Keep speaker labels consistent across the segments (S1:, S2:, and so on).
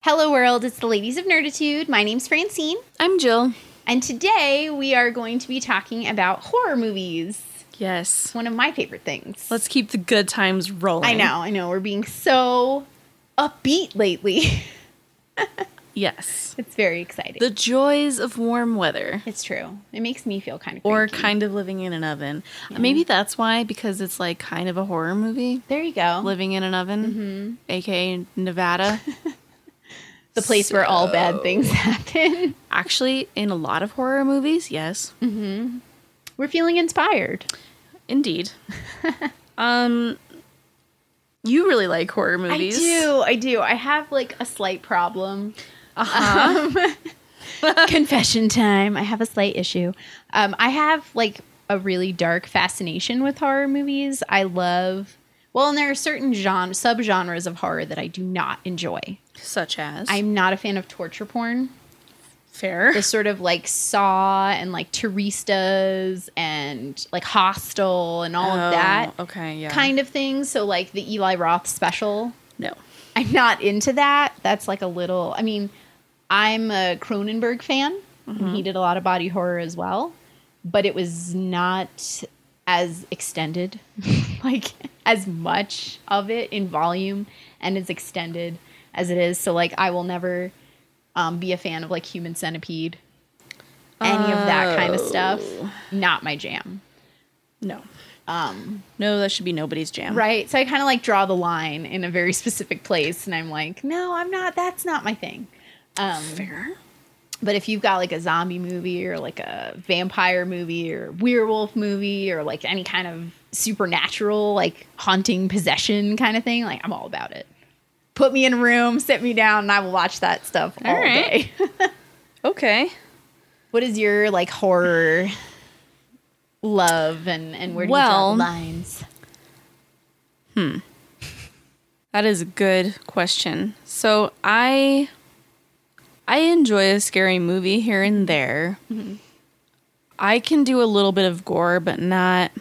S1: Hello, world. It's the Ladies of Nerditude. My name's Francine.
S2: I'm Jill.
S1: And today we are going to be talking about horror movies.
S2: Yes.
S1: One of my favorite things.
S2: Let's keep the good times rolling.
S1: I know, I know. We're being so upbeat lately.
S2: Yes.
S1: it's very exciting.
S2: The joys of warm weather
S1: it's true. It makes me feel kind of
S2: or
S1: cranky.
S2: kind of living in an oven. Maybe that's why, because it's like kind of a horror movie.
S1: There you go.
S2: Living in an
S1: Mm-hmm.
S2: oven, aka Nevada.
S1: the place where all bad things happen.
S2: Actually, in a lot of horror movies, yes,
S1: Mm-hmm. We're feeling inspired.
S2: indeed. um, you really like horror movies.
S1: I do. I do. I have like a slight problem. Uh-huh. confession time. I have a slight issue. Um, I have like a really dark fascination with horror movies. I love. Well, and there are certain genre subgenres of horror that I do not enjoy.
S2: Such as Oh,
S1: I'm not a fan of torture porn.
S2: fair.
S1: The sort of like Saw and like Teristas and like Hostel and all
S2: Oh,
S1: of that
S2: Okay. Yeah.
S1: kind of thing. So like the Eli Roth special.
S2: No.
S1: I'm not into that. That's like a little. I mean, I'm a Cronenberg fan. and He did a lot of body horror as well, but it was not as extended, like as much of it in volume and as extended as it is. So like, I will never um, be a fan of like Human Centipede, any of that kind of stuff. Not my jam.
S2: No.
S1: Um,
S2: No, that should be nobody's jam.
S1: Right. So I kind of like draw the line in a very specific place, and I'm like, no, I'm not. That's not my thing. Um,
S2: Fair.
S1: but if you've got like a zombie movie or like a vampire movie or werewolf movie or like any kind of supernatural, like haunting possession kind of thing, like I'm all about it. Put me in a room, sit me down, and I will watch that stuff all,
S2: All right.
S1: day.
S2: Okay.
S1: what is your like horror love and and where do
S2: Well-
S1: you draw the lines?
S2: That is a good question. So I I enjoy a scary movie here and there.
S1: Mm-hmm.
S2: I can do a little bit of gore, but not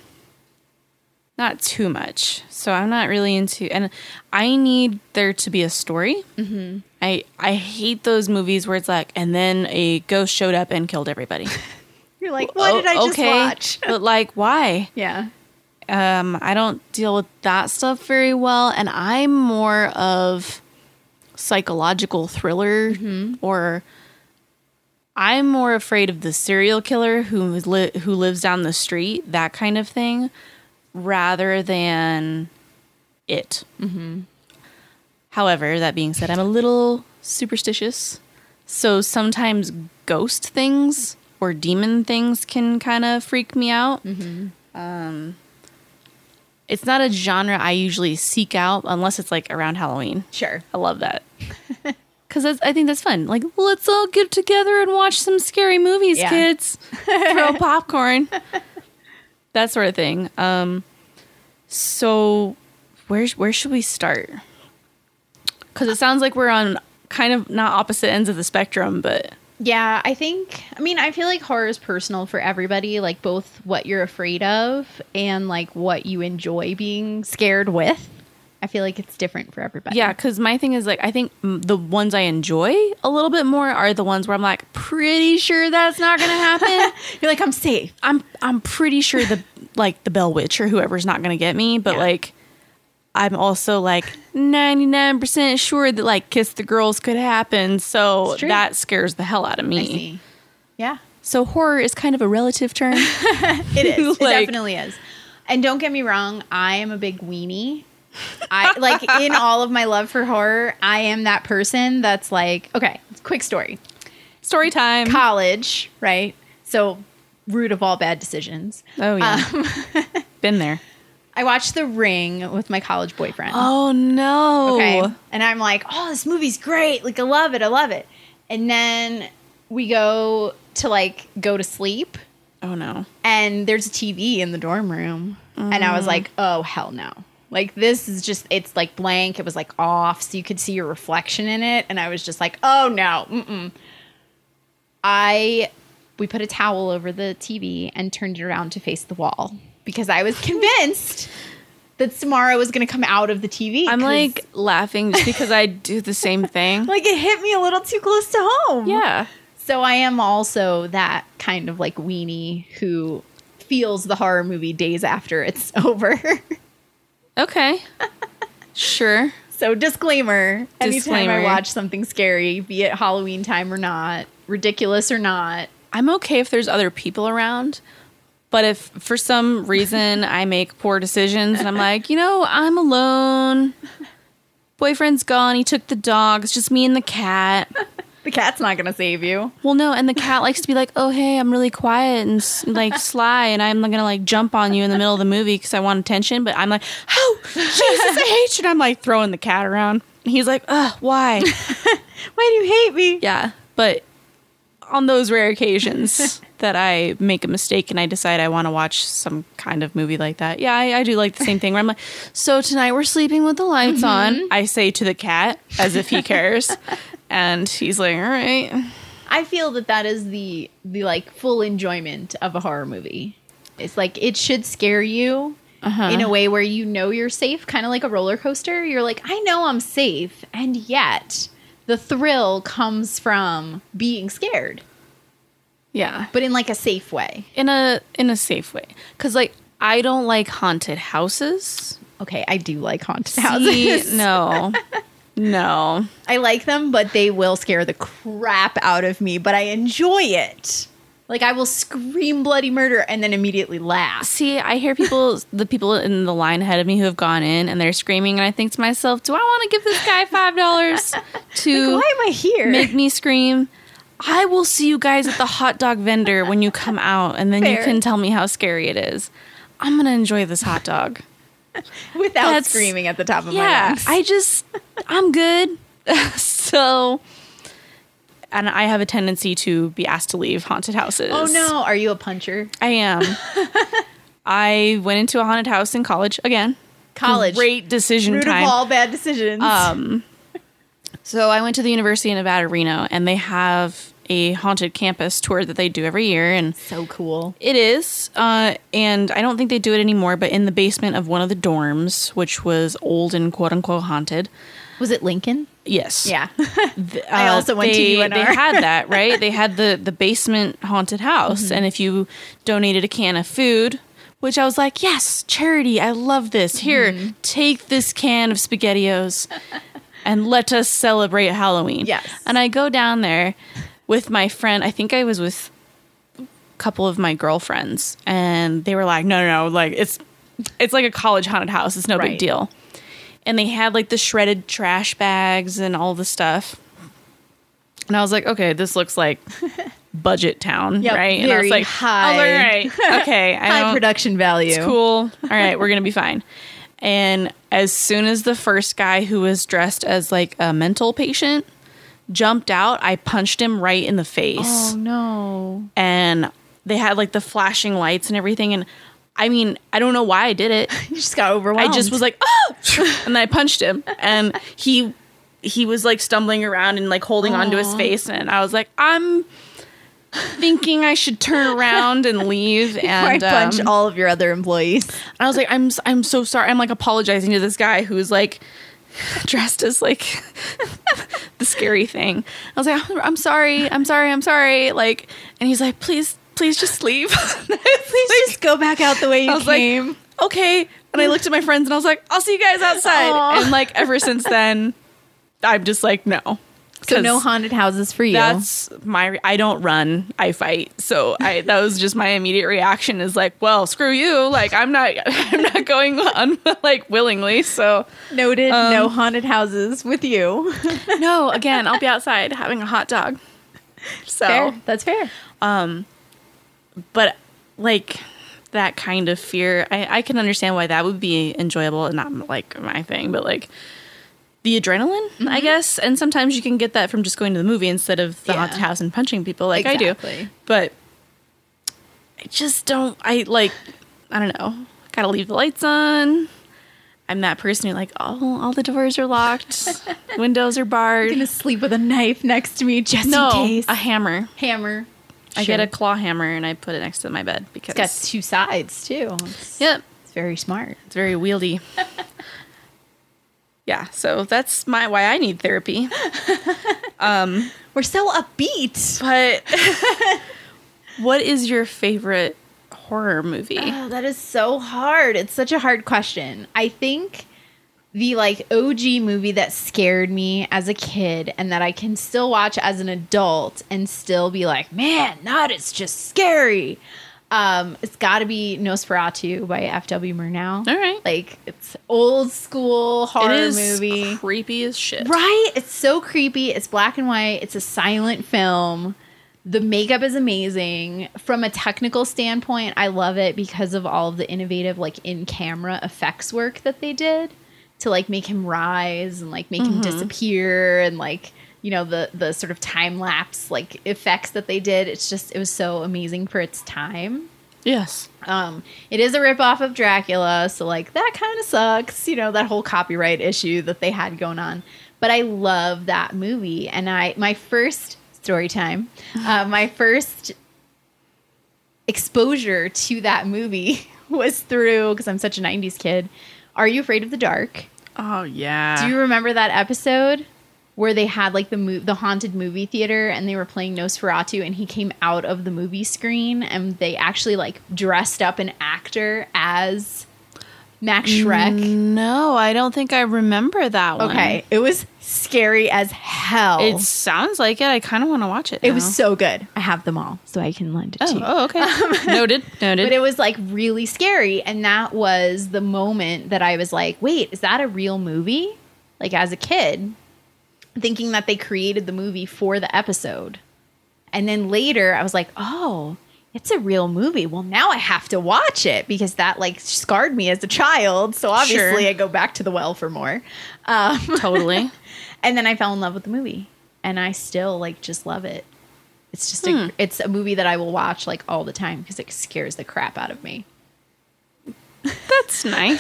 S2: not too much. So I'm not really into and I need there to be a story. Mm-hmm. I I hate those movies where it's like and then a ghost showed up and killed everybody.
S1: You're like, what did I just watch?
S2: but like why?
S1: Yeah.
S2: um, I don't deal with that stuff very well, and I'm more of psychological thriller, or I'm more afraid of the serial killer who is li- who lives down the street, that kind of thing, rather than it. However, that being said, I'm a little superstitious. So sometimes ghost things or demon things can kind of freak me out. Um, it's not a genre I usually seek out unless it's like around Halloween.
S1: Sure.
S2: I love that. Because I think that's fun. Like, let's all get together and watch some scary movies,
S1: Yeah.
S2: kids. Throw popcorn. that sort of thing. Um, so, where, where should we start? Because it sounds like we're on kind of not opposite ends of the spectrum, but
S1: Yeah, I think I mean I feel like horror is personal for everybody, like both what you're afraid of and like what you enjoy being scared with. I feel like it's different for everybody.
S2: yeah, because my thing is like, I think mm, the ones I enjoy a little bit more are the ones where I'm like, pretty sure that's not going to happen.
S1: You're like, I'm safe.
S2: I'm I'm pretty sure the like the Bell Witch or whoever's not gonna get me, but
S1: Yeah.
S2: like I'm also like ninety nine percent sure that like Kiss the Girls could happen, so
S1: It's true.
S2: that scares the hell out of
S1: I
S2: me.
S1: see. Yeah.
S2: So horror is kind of a relative term.
S1: It is. it
S2: Like-
S1: definitely is. And don't get me wrong, I am a big weenie. I like in all of my love for horror, I am that person that's like, okay, quick story.
S2: Story time.
S1: College, right? So root of all bad decisions.
S2: Oh yeah, been there.
S1: I watched The Ring with my college boyfriend.
S2: Oh no.
S1: Okay. And I'm like, oh, this movie's great. Like, I love it. I love it. And then we go to like go to sleep,
S2: Oh no.
S1: and there's a TV in the dorm room. And I was like,
S2: Mm-hmm.
S1: oh, hell no. Like, this is just, it's like blank. It was like off. So you could see your reflection in it. And I was just like, oh no. Mm-mm. I, we put a towel over the TV and turned it around to face the wall because I was convinced that Samara was going to come out of the TV.
S2: I'm
S1: 'cause,
S2: like laughing just because I do the same thing.
S1: like it hit me a little too close to home.
S2: yeah.
S1: So I am also that kind of like weenie who feels the horror movie days after it's over.
S2: Okay. sure.
S1: so disclaimer, anytime
S2: Disclaimer.
S1: I watch something scary, be it Halloween time or not, ridiculous or not,
S2: I'm okay if there's other people around, but if for some reason I make poor decisions and I'm like, you know, I'm alone. Boyfriend's gone. He took the dogs. Just me and the cat.
S1: the cat's not going to save you.
S2: Well, no, and the cat likes to be like, "Oh, hey, I'm really quiet and s- like sly, and I'm gonna like jump on you in the middle of the movie because I want attention." But I'm like, "Oh, Jesus, I hate you!" And I'm like throwing the cat around. And he's like, "Ugh, why?"
S1: Why do you hate me?
S2: yeah, but on those rare occasions that I make a mistake and I decide I want to watch some kind of movie like that, yeah, I, I do like the same thing where I'm like, "So tonight we're sleeping with the lights on," I say to the cat as if he cares, and he's like, "All right."
S1: I feel that that is the the like full enjoyment of a horror movie. It's like it should scare you
S2: Uh-huh.
S1: in a way where you know you're safe, kind of like a roller coaster. You're like, I know I'm safe, and yet the thrill comes from being scared,
S2: Yeah.
S1: but in like a safe way.
S2: in a in a safe way because like i don't like haunted houses
S1: Okay, I do like haunted
S2: See,
S1: houses.
S2: no no
S1: I like them, but they will scare the crap out of me, but I enjoy it. Like I will scream bloody murder and then immediately laugh.
S2: see i hear people the people in the line ahead of me who have gone in and they're screaming and i think to myself do i want to give this guy five dollars to
S1: Why am I here?
S2: make me scream i will see you guys at the hot dog vendor when you come out and then you
S1: Fair.
S2: can tell me how scary it is i'm gonna enjoy this hot dog
S1: without
S2: That's-
S1: screaming at the top of my
S2: yeah
S1: lungs.
S2: i just i'm good so and i have a tendency to be asked to leave haunted houses
S1: oh no, are you a puncher?
S2: i am i went into a haunted house in college again
S1: College,
S2: great decision
S1: root
S2: time
S1: of all bad decisions.
S2: um so i went to the university of nevada reno and they have a haunted campus tour that they do every year and
S1: so cool.
S2: it is, uh, and I don't think they do it anymore. But in the basement of one of the dorms, which was old and quote unquote haunted,
S1: Was it Lincoln?
S2: yes,
S1: Yeah.
S2: uh,
S1: also went to
S2: they,
S1: UNR.
S2: They had that right. they had the the basement haunted house,
S1: Mm-hmm.
S2: and if you donated a can of food, which I was like, yes, charity. I love this. Here,
S1: Mm-hmm.
S2: take this can of Spaghettios, and let us celebrate Halloween.
S1: Yes.
S2: And I go down there with my friend. I think I was with a couple of my girlfriends, and they were like, no, no, no, like it's it's like a college haunted house. It's no big
S1: Right.
S2: deal. And they had like the shredded trash bags and all the stuff. And I was like, okay, this looks like budget town,
S1: Yep,
S2: right? And I was
S1: very
S2: like,
S1: high-
S2: I was like, all right, okay, I
S1: High
S2: don't-
S1: production value.
S2: it's cool. All right, we're gonna be fine. And as soon as the first guy who was dressed as like a mental patient jumped out, I punched him right in the face
S1: Oh no.
S2: and they had like the flashing lights and everything and i mean i don't know why i did it
S1: You just got
S2: i
S1: overwhelmed.
S2: just was like oh and then i punched him and he he was like stumbling around and like holding onto his
S1: Aw.
S2: face and i was like i'm thinking i should turn around and leave
S1: I
S2: and
S1: punch
S2: um,
S1: all of your other employees.
S2: i was like i'm s- i'm so sorry i'm like apologizing to this guy who's like dressed as like the scary thing i was like I'm, I'm sorry i'm sorry i'm sorry like and he's like please please just leave
S1: Please just go back out the way you
S2: I was
S1: came.
S2: like, okay. And I looked at my friends and I was like, I'll see you guys outside.
S1: Aw.
S2: And like ever since then, I'm just like, no.
S1: so
S2: 'Cause
S1: no haunted houses for you.
S2: That's my. re- I don't run. I fight. So I. That was just my immediate reaction. Is like, well, screw you. Like I'm not. I'm not going un, like willingly. So
S1: noted. no
S2: um,
S1: haunted houses with you.
S2: no. Again, I'll be outside having a hot dog. So
S1: That's fair.
S2: but like that kind of fear I, I can understand why that would be enjoyable and not like my thing but like the adrenaline
S1: Mm-hmm.
S2: i guess and sometimes you can get that from just going to the movie instead of the
S1: Yeah.
S2: haunted house and punching people like i do
S1: Exactly.
S2: but i just don't i like i don't know gotta leave the lights on i'm that person who like oh all the doors are locked windows are barred
S1: I'm gonna sleep with a knife next to me just
S2: no
S1: in case.
S2: a hammer
S1: hammer.
S2: i get
S1: Sure.
S2: a claw hammer and i put it next to my bed because
S1: It's got two sides too. It's
S2: Yep.
S1: very smart.
S2: It's very wieldy. yeah, so that's my why I need therapy.
S1: We're so upbeat.
S2: But what is your favorite horror movie?
S1: Oh, that is so hard. It's such a hard question. I think the like OG movie that scared me as a kid and that I can still watch as an adult and still be like, man, not it's just scary. Um, it's got to be Nosferatu by F.W. Murnau.
S2: All right.
S1: Like it's old school horror
S2: it is
S1: movie.
S2: creepy as shit.
S1: Right? It's so creepy. It's black and white. It's a silent film. The makeup is amazing. From a technical standpoint, I love it because of all of the innovative like in-camera effects work that they did to like make him rise and like make him disappear and like you know the the sort of time lapse like effects that they did. It's just it was so amazing for its time.
S2: Yes.
S1: Um, it is a ripoff of Dracula, so like that kind of sucks, you know, that whole copyright issue that they had going on. But I love that movie, and I my first story time, uh, my first exposure to that movie was through because I'm such a '90s kid. Are you afraid of the dark?
S2: Oh yeah.
S1: Do you remember that episode where they had like the mo- the haunted movie theater and they were playing Nosferatu and he came out of the movie screen and they actually like dressed up an actor as Max Shrek.
S2: Mm, No, I don't think I remember that one.
S1: Okay, it was scary as hell.
S2: It sounds like it. I kind of want to watch it.
S1: it
S2: now.
S1: was so good. I have them all, so I can lend it to
S2: Oh,
S1: you.
S2: oh, okay. noted. Noted.
S1: But it was like really scary. And that was the moment that I was like, wait, is that a real movie? Like as a kid, thinking that they created the movie for the episode. And then later I was like, oh, it's a real movie. Well, now I have to watch it because that like scarred me as a child. So obviously I go back to the well for more.
S2: totally.
S1: And then I fell in love with the movie. And I still like just love it. It's just a it's a movie that I will watch like all the time because it scares the crap out of me.
S2: That's nice.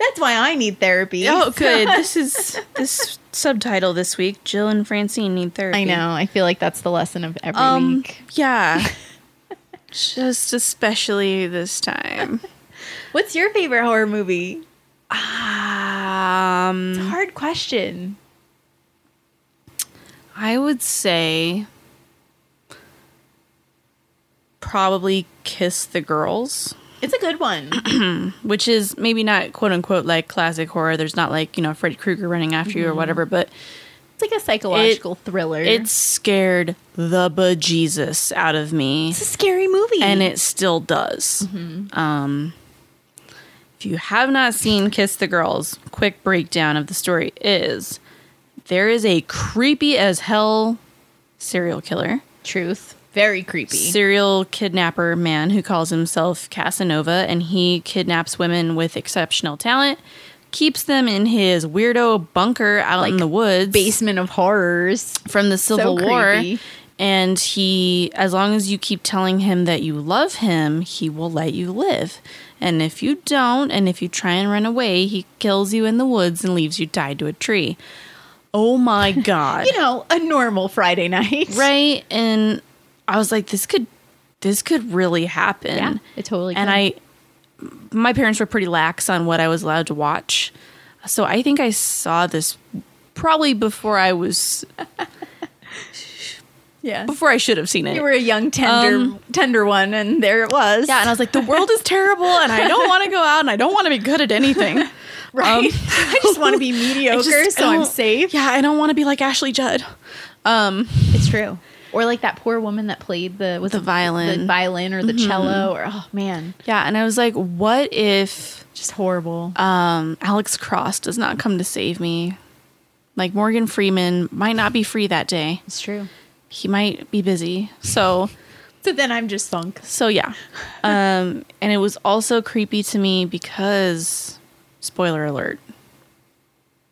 S1: That's why I need therapy.
S2: Oh, good. This is this subtitle this week. Jill and Francine need therapy.
S1: I know. I feel like that's the lesson of every
S2: Um.
S1: week.
S2: Yeah. Just especially this time.
S1: What's your favorite horror movie?
S2: Um,
S1: Hard question.
S2: I would say probably kiss the girls.
S1: It's a good one.
S2: which is maybe not quote unquote like classic horror. There's not like, you know, Freddy Krueger running after you or whatever, but
S1: It's like a psychological thriller.
S2: it scared the bejesus out of me.
S1: it's a scary movie.
S2: And it still does. Um, if you have not seen Kiss the Girls, quick breakdown of the story is there is a creepy as hell serial killer.
S1: truth. Very creepy.
S2: serial kidnapper man who calls himself Casanova, and he kidnaps women with exceptional talent, keeps them in his weirdo bunker out in the woods
S1: Basement of horrors.
S2: from the Civil War.
S1: creepy.
S2: And he, as long as you keep telling him that you love him, he will let you live. And if you don't, and if you try and run away, he kills you in the woods and leaves you tied to a tree. Oh my God
S1: You know, a normal Friday night.
S2: right and i was like this could this could really happen
S1: Yeah, it totally
S2: and
S1: could.
S2: i my parents were pretty lax on what i was allowed to watch so i think i saw this probably before i was
S1: Yeah.
S2: before i should have seen it
S1: You were a young tender tender one and there it was.
S2: yeah and i was like the world is terrible and i don't want to go out and i don't want to be good at anything
S1: right.
S2: um,
S1: I just want to be
S2: I
S1: mediocre
S2: just- I
S1: so I'm
S2: don't-
S1: safe.
S2: yeah i don't want to be like ashley judd
S1: It's true. Or like that poor woman that played the with
S2: The violin.
S1: the violin or the cello or oh man,
S2: yeah and i was like what if
S1: just horrible.
S2: um, Alex Cross does not come to save me. Like Morgan Freeman might not be free that day.
S1: it's true.
S2: He might be busy. So,
S1: So then I'm just sunk.
S2: so yeah. Um, and it was also creepy to me because, spoiler alert.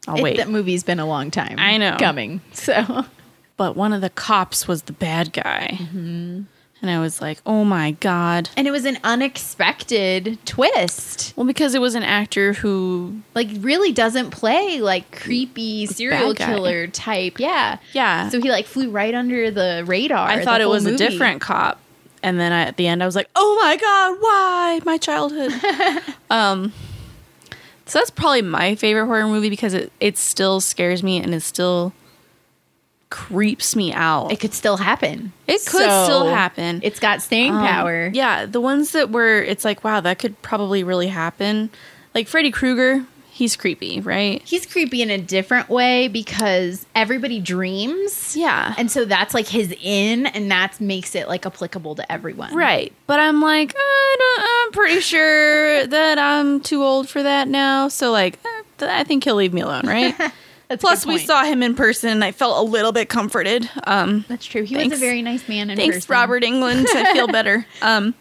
S2: I'll
S1: It-
S2: wait.
S1: that movie's been a long time.
S2: I know.
S1: coming. So
S2: but one of the cops was the bad guy,
S1: Mm-hmm.
S2: and I was like, oh my god.
S1: and it was an unexpected twist.
S2: Well, because it was an actor who,
S1: Like really doesn't play like creepy serial
S2: guy.
S1: killer type. Yeah.
S2: yeah,
S1: So he like flew right under the radar.
S2: I
S1: the
S2: thought it
S1: whole
S2: was a
S1: movie.
S2: different cop. and then I, at the end I was like, "Oh my god, why my childhood?" um, so that's probably my favorite horror movie because it it still scares me and it still creeps me out.
S1: It could still happen.
S2: It could still happen.
S1: It's got staying
S2: Um,
S1: power.
S2: Yeah, the ones that were it's like, wow, that could probably really happen. Like Freddy Krueger, he's creepy, right?
S1: He's creepy in a different way because everybody dreams.
S2: Yeah.
S1: And so that's like his in, and that makes it like applicable to everyone.
S2: Right. But I'm like, I don't, I'm pretty sure that I'm too old for that now. So, like, eh, th- I think he'll leave me alone, right?
S1: That's a
S2: Plus,
S1: good
S2: we
S1: point.
S2: saw him in person and I felt a little bit comforted. Um,
S1: That's true. He
S2: Thanks.
S1: was a very nice man in
S2: thanks,
S1: person.
S2: Robert England. I feel better. Um,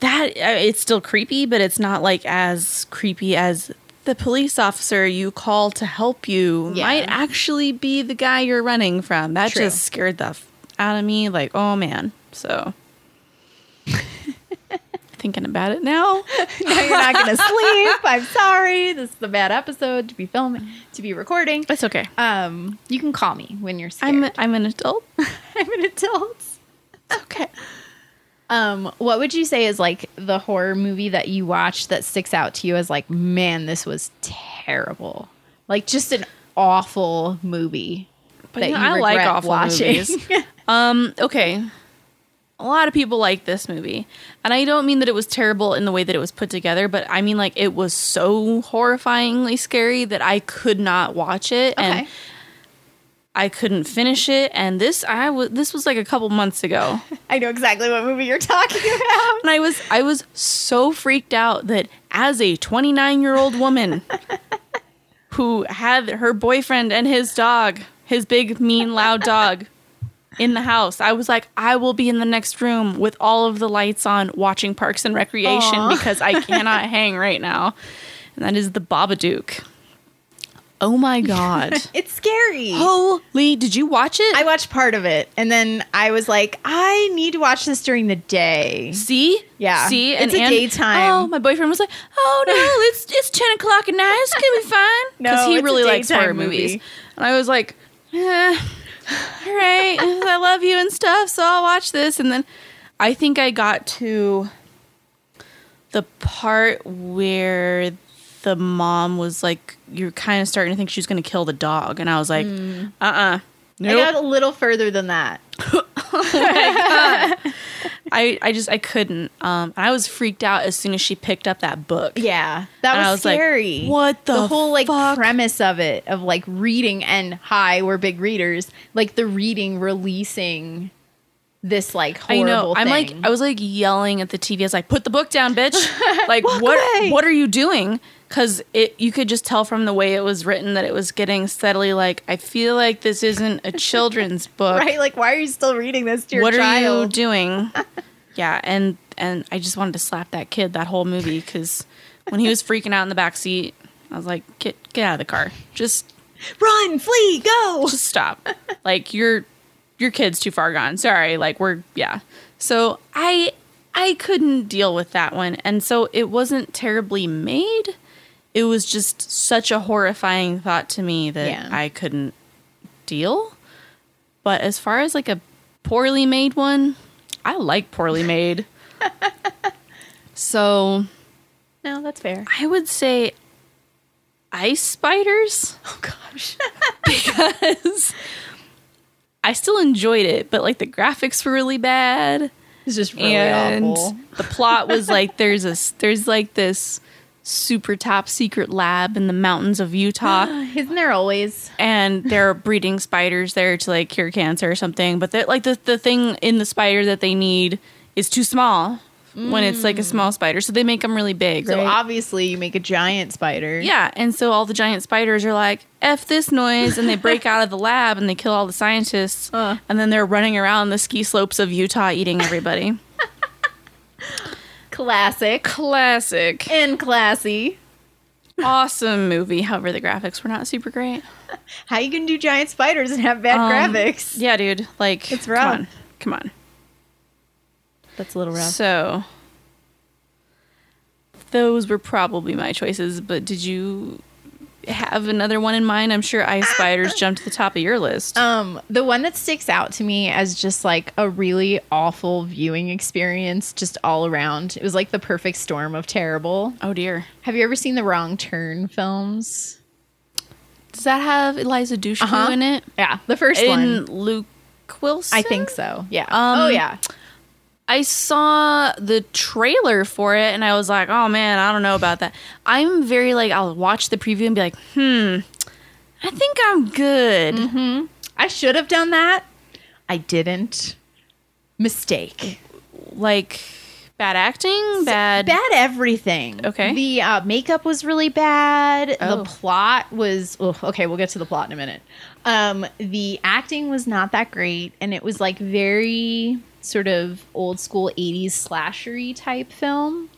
S2: that uh, it's still creepy, but it's not like as creepy as the police officer you call to help you
S1: Yeah.
S2: might actually be the guy you're running from. That
S1: True.
S2: just scared the f- out of me. Like, oh man. So thinking about it now.
S1: now you're not going to sleep. I'm sorry. This is a bad episode to be filming, to be recording.
S2: It's okay.
S1: Um, you can call me when you're scared.
S2: I'm I'm an adult.
S1: I'm an adult.
S2: okay.
S1: Um, what would you say is like the horror movie that you watched that sticks out to you as like, man, this was terrible. Like just an awful movie.
S2: But
S1: that
S2: you know,
S1: you
S2: I like
S1: regret
S2: awful
S1: watching.
S2: movies. um, okay. A lot of people like this movie. And I don't mean that it was terrible in the way that it was put together, but I mean like it was so horrifyingly scary that I could not watch it and
S1: Okay.
S2: I couldn't finish it and this I was this was like a couple months ago.
S1: I know exactly what movie you're talking about.
S2: and I was I was so freaked out that as a 29 year old woman who had her boyfriend and his dog, his big mean loud dog, in the house, I was like, I will be in the next room with all of the lights on, watching Parks and Recreation
S1: Aw.
S2: because I cannot hang right now, and that is the Babadook. Oh my god!
S1: It's scary.
S2: Holy, did you watch it?
S1: I watched part of it and then I was like, I need to watch this during the day.
S2: See,
S1: Yeah.
S2: see,
S1: It's a daytime.
S2: Oh, my boyfriend was like, "Oh no, it's it's ten o'clock at night. It's gonna be fine."
S1: No,
S2: he
S1: it's a
S2: really likes
S1: daytime
S2: horror
S1: movie.
S2: movies, and I was like, eh, "All right, I love you and stuff, so I'll watch this." And then I think I got to the part where the mom was like, "You're kind of starting to think she's gonna kill the dog," and I was like,
S1: Hmm.
S2: "Uh, uh nope."
S1: I got a little further than that.
S2: I, I just I couldn't. Um, and I was freaked out as soon as she picked up that book.
S1: Yeah. That
S2: And
S1: was,
S2: I like,
S1: scary.
S2: what the,
S1: the whole like
S2: fuck?
S1: premise of it of like reading and hi we're big readers like the reading releasing this like
S2: I
S1: horrible
S2: know. I'm like
S1: thing.
S2: I was like yelling at the TV. I was like, "Put the book down, bitch! Like
S1: Walk
S2: what?
S1: away.
S2: What are you doing?" Because it you could just tell from the way it was written that it was getting steadily like I feel like this isn't a children's book.
S1: right like why are you still reading this to your
S2: what are you
S1: child
S2: doing? yeah, and and I just wanted to slap that kid that whole movie because when he was freaking out in the back seat, I was like, "Get get out of the car! Just
S1: run flee go
S2: just stop. like your your kid's too far gone. Sorry, like we're yeah. So I I couldn't deal with that one. And so it wasn't terribly made. It was just such a horrifying thought to me that
S1: Yeah.
S2: I couldn't deal. But as far as like a poorly made one, I like poorly made. so
S1: no that's fair
S2: I would say ice spiders
S1: oh gosh
S2: because I still enjoyed it, but like the graphics were really bad
S1: it's just really
S2: and
S1: awful
S2: the plot was like there's a s- there's like this super top secret lab in the mountains of Utah
S1: isn't there always
S2: and they're breeding spiders there to like cure cancer or something, but that like the the thing in the spider that they need is too small when it's
S1: Mm.
S2: like a small spider, so they make them really big.
S1: so
S2: right?
S1: obviously you make a giant spider
S2: Yeah, and so all the giant spiders are like, "F this noise," and they break out of the lab and they kill all the scientists,
S1: Uh.
S2: and then they're running around the ski slopes of Utah eating everybody.
S1: classic
S2: Classic,
S1: and classy
S2: awesome movie. However, the graphics were not super great.
S1: how you gonna do giant spiders and have bad
S2: Um,
S1: graphics
S2: Yeah, dude, like
S1: It's
S2: come
S1: rough.
S2: on, come on.
S1: that's a little
S2: So those were probably my choices, but did you? have another one in mind? I'm sure ice spiders jumped to the top of your list.
S1: Um, the one that sticks out to me as just like a really awful viewing experience, just all around. It was like the perfect storm of terrible.
S2: oh dear.
S1: Have you ever seen the Wrong Turn films?
S2: Does that have Eliza Dushku
S1: Uh-huh.
S2: in it?
S1: Yeah, the first
S2: In
S1: one.
S2: Luke Wilson?
S1: I think so. Yeah.
S2: Um,
S1: oh yeah.
S2: I saw the trailer for it and I was like, oh man, I don't know about that. I'm very like, I'll watch the preview and be like, hmm, I think I'm good.
S1: I should have done that. I didn't. Mistake.
S2: Like, bad acting, bad.
S1: Bad everything.
S2: Okay.
S1: The uh, makeup was really bad.
S2: Oh.
S1: The plot was ugh, okay. We'll get to the plot in a minute. Um, the acting was not that great, and it was like very sort of old school '80s slashery type film,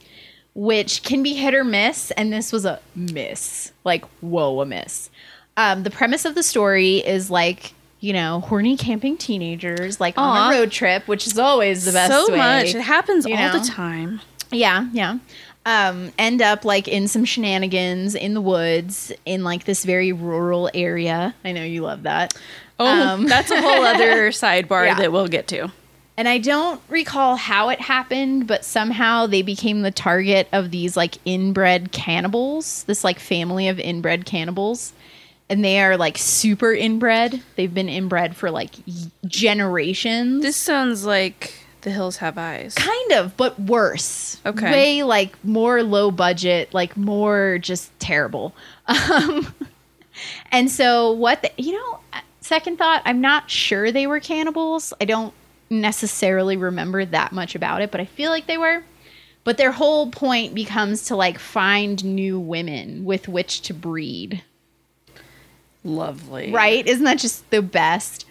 S1: which can be hit or miss. And this was a miss. Like whoa, a miss. Um, the premise of the story is like. You know, horny camping teenagers like on
S2: Aw.
S1: a road trip, which is always the best.
S2: so
S1: way
S2: much. It happens
S1: you
S2: all
S1: know?
S2: the time.
S1: yeah yeah um end up like in some shenanigans in the woods in like this very rural area i know you love that
S2: Oh,
S1: Um,
S2: that's a whole other sidebar
S1: Yeah.
S2: that we'll get to.
S1: and i don't recall how it happened but somehow they became the target of these like inbred cannibals this like family of inbred cannibals and they are like super inbred they've been inbred for like y- generations
S2: This sounds like The Hills Have Eyes.
S1: kind of but worse
S2: Okay.
S1: way like more low budget like more just terrible um and so what the, you know uh, second thought i'm not sure they were cannibals i don't necessarily remember that much about it but i feel like they were but their whole point becomes to like find new women with which to breed
S2: Lovely.
S1: right isn't that just the best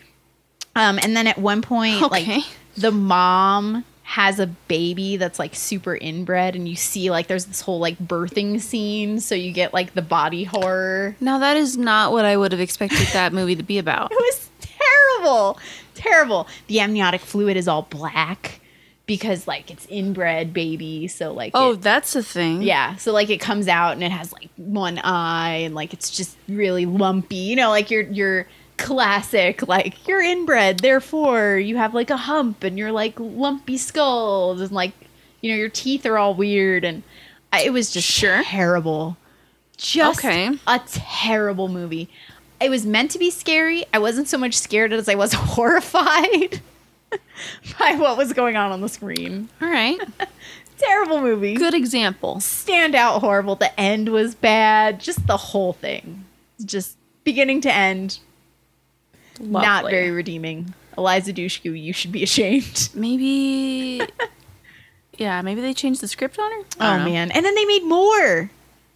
S1: um and then at one point
S2: Okay.
S1: like the mom has a baby that's like super inbred and you see like there's this whole like birthing scene so you get like the body horror
S2: Now, that is not what I would have expected that movie to be about.
S1: it was terrible terrible the amniotic fluid is all black because like it's inbred baby so like
S2: Oh,
S1: it-
S2: that's a thing.
S1: yeah so like it comes out and it has like one eye and like it's just really lumpy you know like you're you're classic like you're inbred therefore you have like a hump and you're like lumpy skulls and like you know your teeth are all weird and I, it was just
S2: Sure.
S1: terrible just
S2: Okay.
S1: a terrible movie it was meant to be scary i wasn't so much scared as i was horrified by what was going on on the screen
S2: All right.
S1: terrible movie
S2: Good example.
S1: stand out horrible. The end was bad. Just the whole thing. Just beginning to end, not
S2: Lovely.
S1: very redeeming. Eliza Dushku, you should be ashamed.
S2: Maybe. yeah, maybe they changed the script on her. I
S1: Oh
S2: don't know.
S1: man. And then they made more.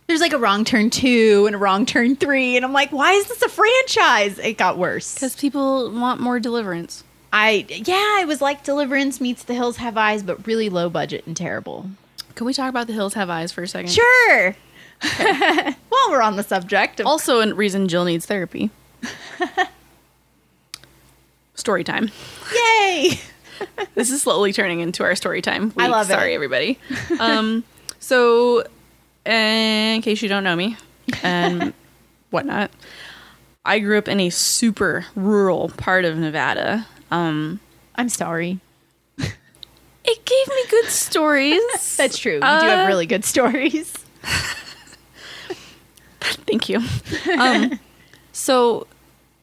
S1: There's like a wrong turn two and a wrong turn three. And I'm like, why is this a franchise? It got worse.
S2: Because people want more deliverance.
S1: I yeah, it was like Deliverance meets the Hills Have Eyes, but really low budget and terrible.
S2: Can we talk about The Hills Have Eyes for a second?
S1: Sure. While we're on the subject of
S2: Also, a reason Jill needs therapy. story time.
S1: Yay.
S2: This is slowly turning into our story time. Week.
S1: I love it.
S2: Sorry, everybody. Um, so, in case you don't know me and whatnot, I grew up in a super rural part of Nevada. Um,
S1: I'm sorry.
S2: it gave me good stories.
S1: That's true. You do have
S2: Uh,
S1: really good stories.
S2: Thank you. Um, so,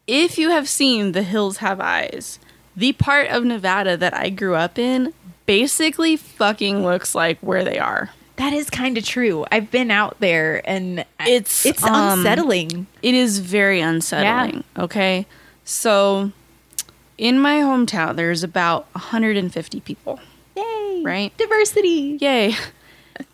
S2: if you have seen The Hills Have Eyes, the part of Nevada that I grew up in basically fucking looks like where they are.
S1: That is kind of true. I've been out there and I-
S2: It's,
S1: it's
S2: um,
S1: unsettling.
S2: It is very unsettling. Okay. So, in my hometown, there's about 150 people.
S1: Yay.
S2: right?
S1: Diversity.
S2: Yay.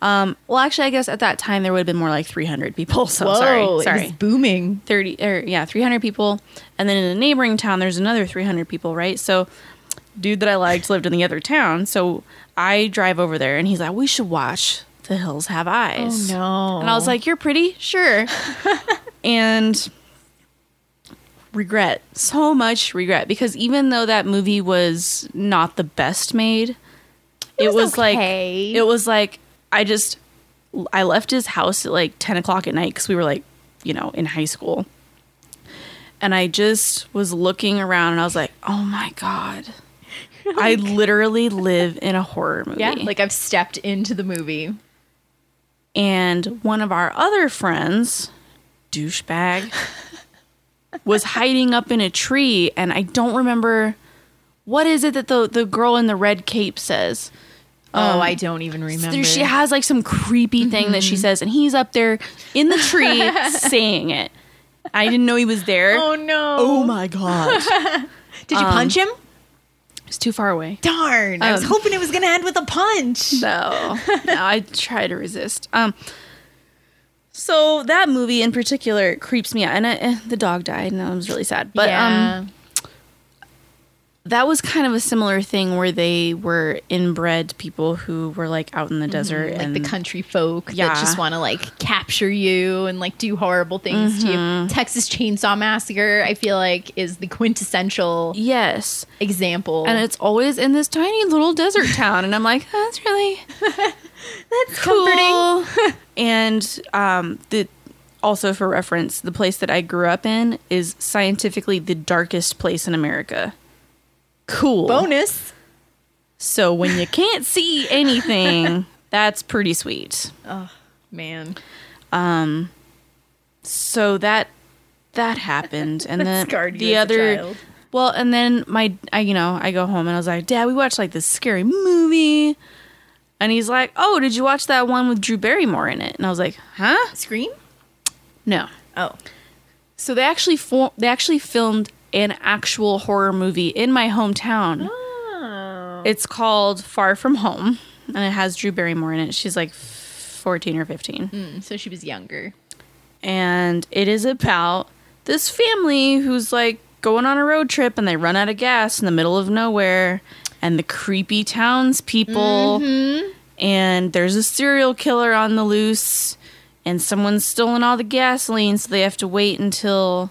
S2: Um, well, actually, I guess at that time there would have been more like 300 people. So, sorry. Sorry.
S1: It's booming.
S2: 30 or yeah 300 people and then in a neighboring town there's another 300 people right so dude that i liked lived in the other town so i drive over there and he's like we should watch the hills have eyes
S1: no.
S2: and i was like you're pretty sure and regret so much regret because even though that movie was not the best made it,
S1: was
S2: was,
S1: okay.
S2: like it was like i just i left his house at like 10 o'clock at night because we were like you know, in high school. And I just was looking around and I was like, oh my God. I literally live in a horror movie.
S1: Oh Yeah, like I've stepped into the movie.
S2: and one of our other friends, douchebag, was hiding up in a tree, and I don't remember what is it that the the girl in the red cape says.
S1: oh, I don't even remember. Mm-hmm.
S2: She has like some creepy thing that she says, and he's up there in the tree saying it. I didn't know he was there.
S1: oh no!
S2: my god,
S1: Did you punch him?
S2: it's too far away.
S1: Darn! I was
S2: um,
S1: hoping it was gonna end with a punch.
S2: No, no, I try to resist. Um, so that movie in particular creeps me out, and I, eh, the dog died, and I was really sad. But um, that was kind of a similar thing where they were inbred people who were like out in the desert,
S1: Mm, like
S2: and
S1: the country folk
S2: Yeah.
S1: that just want to like capture you and like do horrible things to
S2: Mm-hmm.
S1: you. Texas Chainsaw Massacre, I feel like, is the quintessential
S2: yes,
S1: example.
S2: and it's always in this tiny little desert town, and I'm like, that's really
S1: that's
S2: cool. and um, the also for reference, the place that I grew up in is scientifically the darkest place in America. Cool.
S1: Bonus.
S2: So when you can't see anything, that's pretty sweet.
S1: Man,
S2: So that that happened, and then
S1: scarred you
S2: the
S1: as a
S2: other.
S1: child.
S2: Well, and then my, I, you know, I go home and I was like, Dad, we watched like this scary movie, and he's like, Oh, did you watch that one with Drew Barrymore in it? And I was like, Huh?
S1: Scream?
S2: No.
S1: Oh.
S2: So they actually fo- they actually filmed an actual horror movie in my hometown.
S1: Oh.
S2: It's called Far From Home, and it has Drew Barrymore in it. She's like fourteen or fifteen,
S1: Mm, So she was younger.
S2: and it is about this family who's like going on a road trip, and they run out of gas in the middle of nowhere, and the creepy townspeople, and there's a serial killer on the loose, and someone's stolen all the gasoline, so they have to wait until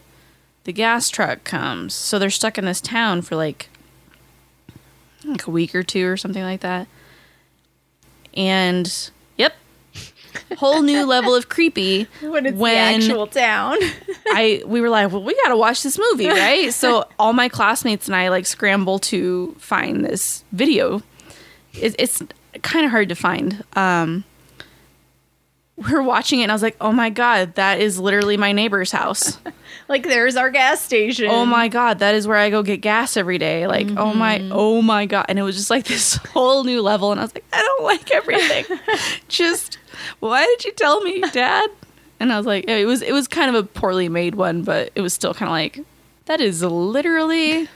S2: the gas truck comes. So they're stuck in this town for like like a week or two or something like that. And yep. Whole new level of creepy
S1: town.
S2: I we were like, well, we got to watch this movie, right? so all my classmates and I like scramble to find this video. It, it's kind of hard to find. Um, we're watching it, and I was like, oh my god, that is literally my neighbor's house.
S1: like, there's our gas station.
S2: oh my god, that is where I go get gas every day. Like, oh
S1: Mm-hmm.
S2: my, oh my god, and it was just like this whole new level. And I was like, I don't like everything. just why did you tell me, Dad? And I was like, it was it was kind of a poorly made one, but it was still kind of like that is literally.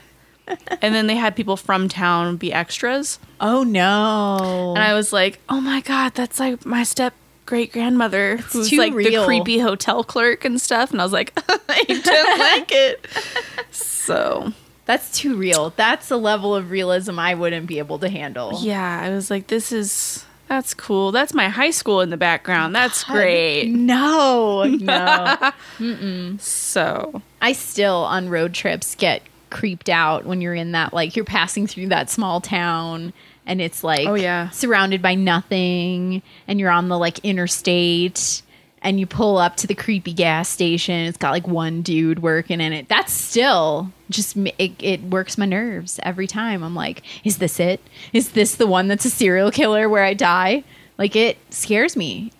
S2: and then they had people from town be extras.
S1: Oh no.
S2: And I was like, oh my God, that's like my step great grandmother who's
S1: too
S2: like the
S1: real.
S2: creepy hotel clerk and stuff. And I was like, I didn't like it. So,
S1: That's too real. That's a level of realism I wouldn't be able to handle.
S2: yeah, I was like, this is, that's cool. That's my high school in the background.
S1: Oh,
S2: That's great.
S1: No, no.
S2: So,
S1: I still on road trips get creeped out when you're in that like you're passing through that small town and it's like
S2: Oh, yeah.
S1: surrounded by nothing and you're on the like interstate and you pull up to the creepy gas station it's got like one dude working in it that's still just m- it, it works my nerves every time i'm like is this it is this the one that's a serial killer where i die like it scares me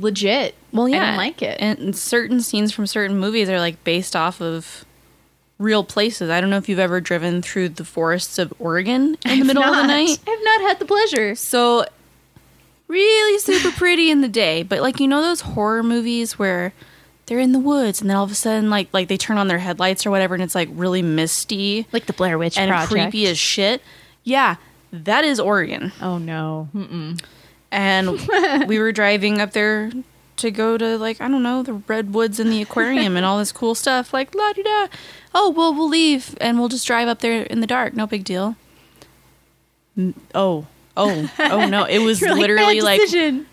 S1: legit
S2: well, yeah.
S1: i don't like it
S2: And certain scenes from certain movies are like based off of real places. I don't know if you've ever driven through the forests of Oregon in the middle of the night.
S1: i've not had the pleasure
S2: So really super pretty in the day, but like you know those horror movies where they're in the woods and then all of a sudden like like they turn on their headlights or whatever and it's like really misty
S1: like the Blair Witch
S2: and
S1: Project.
S2: creepy as shit. Yeah, that is Oregon.
S1: oh no,
S2: And we were driving up there to go to like I don't know the redwoods and the aquarium and all this cool stuff like la di da. Oh well, we'll leave and we'll just drive up there in the dark. No big deal. N- Oh oh oh no! It was literally like um,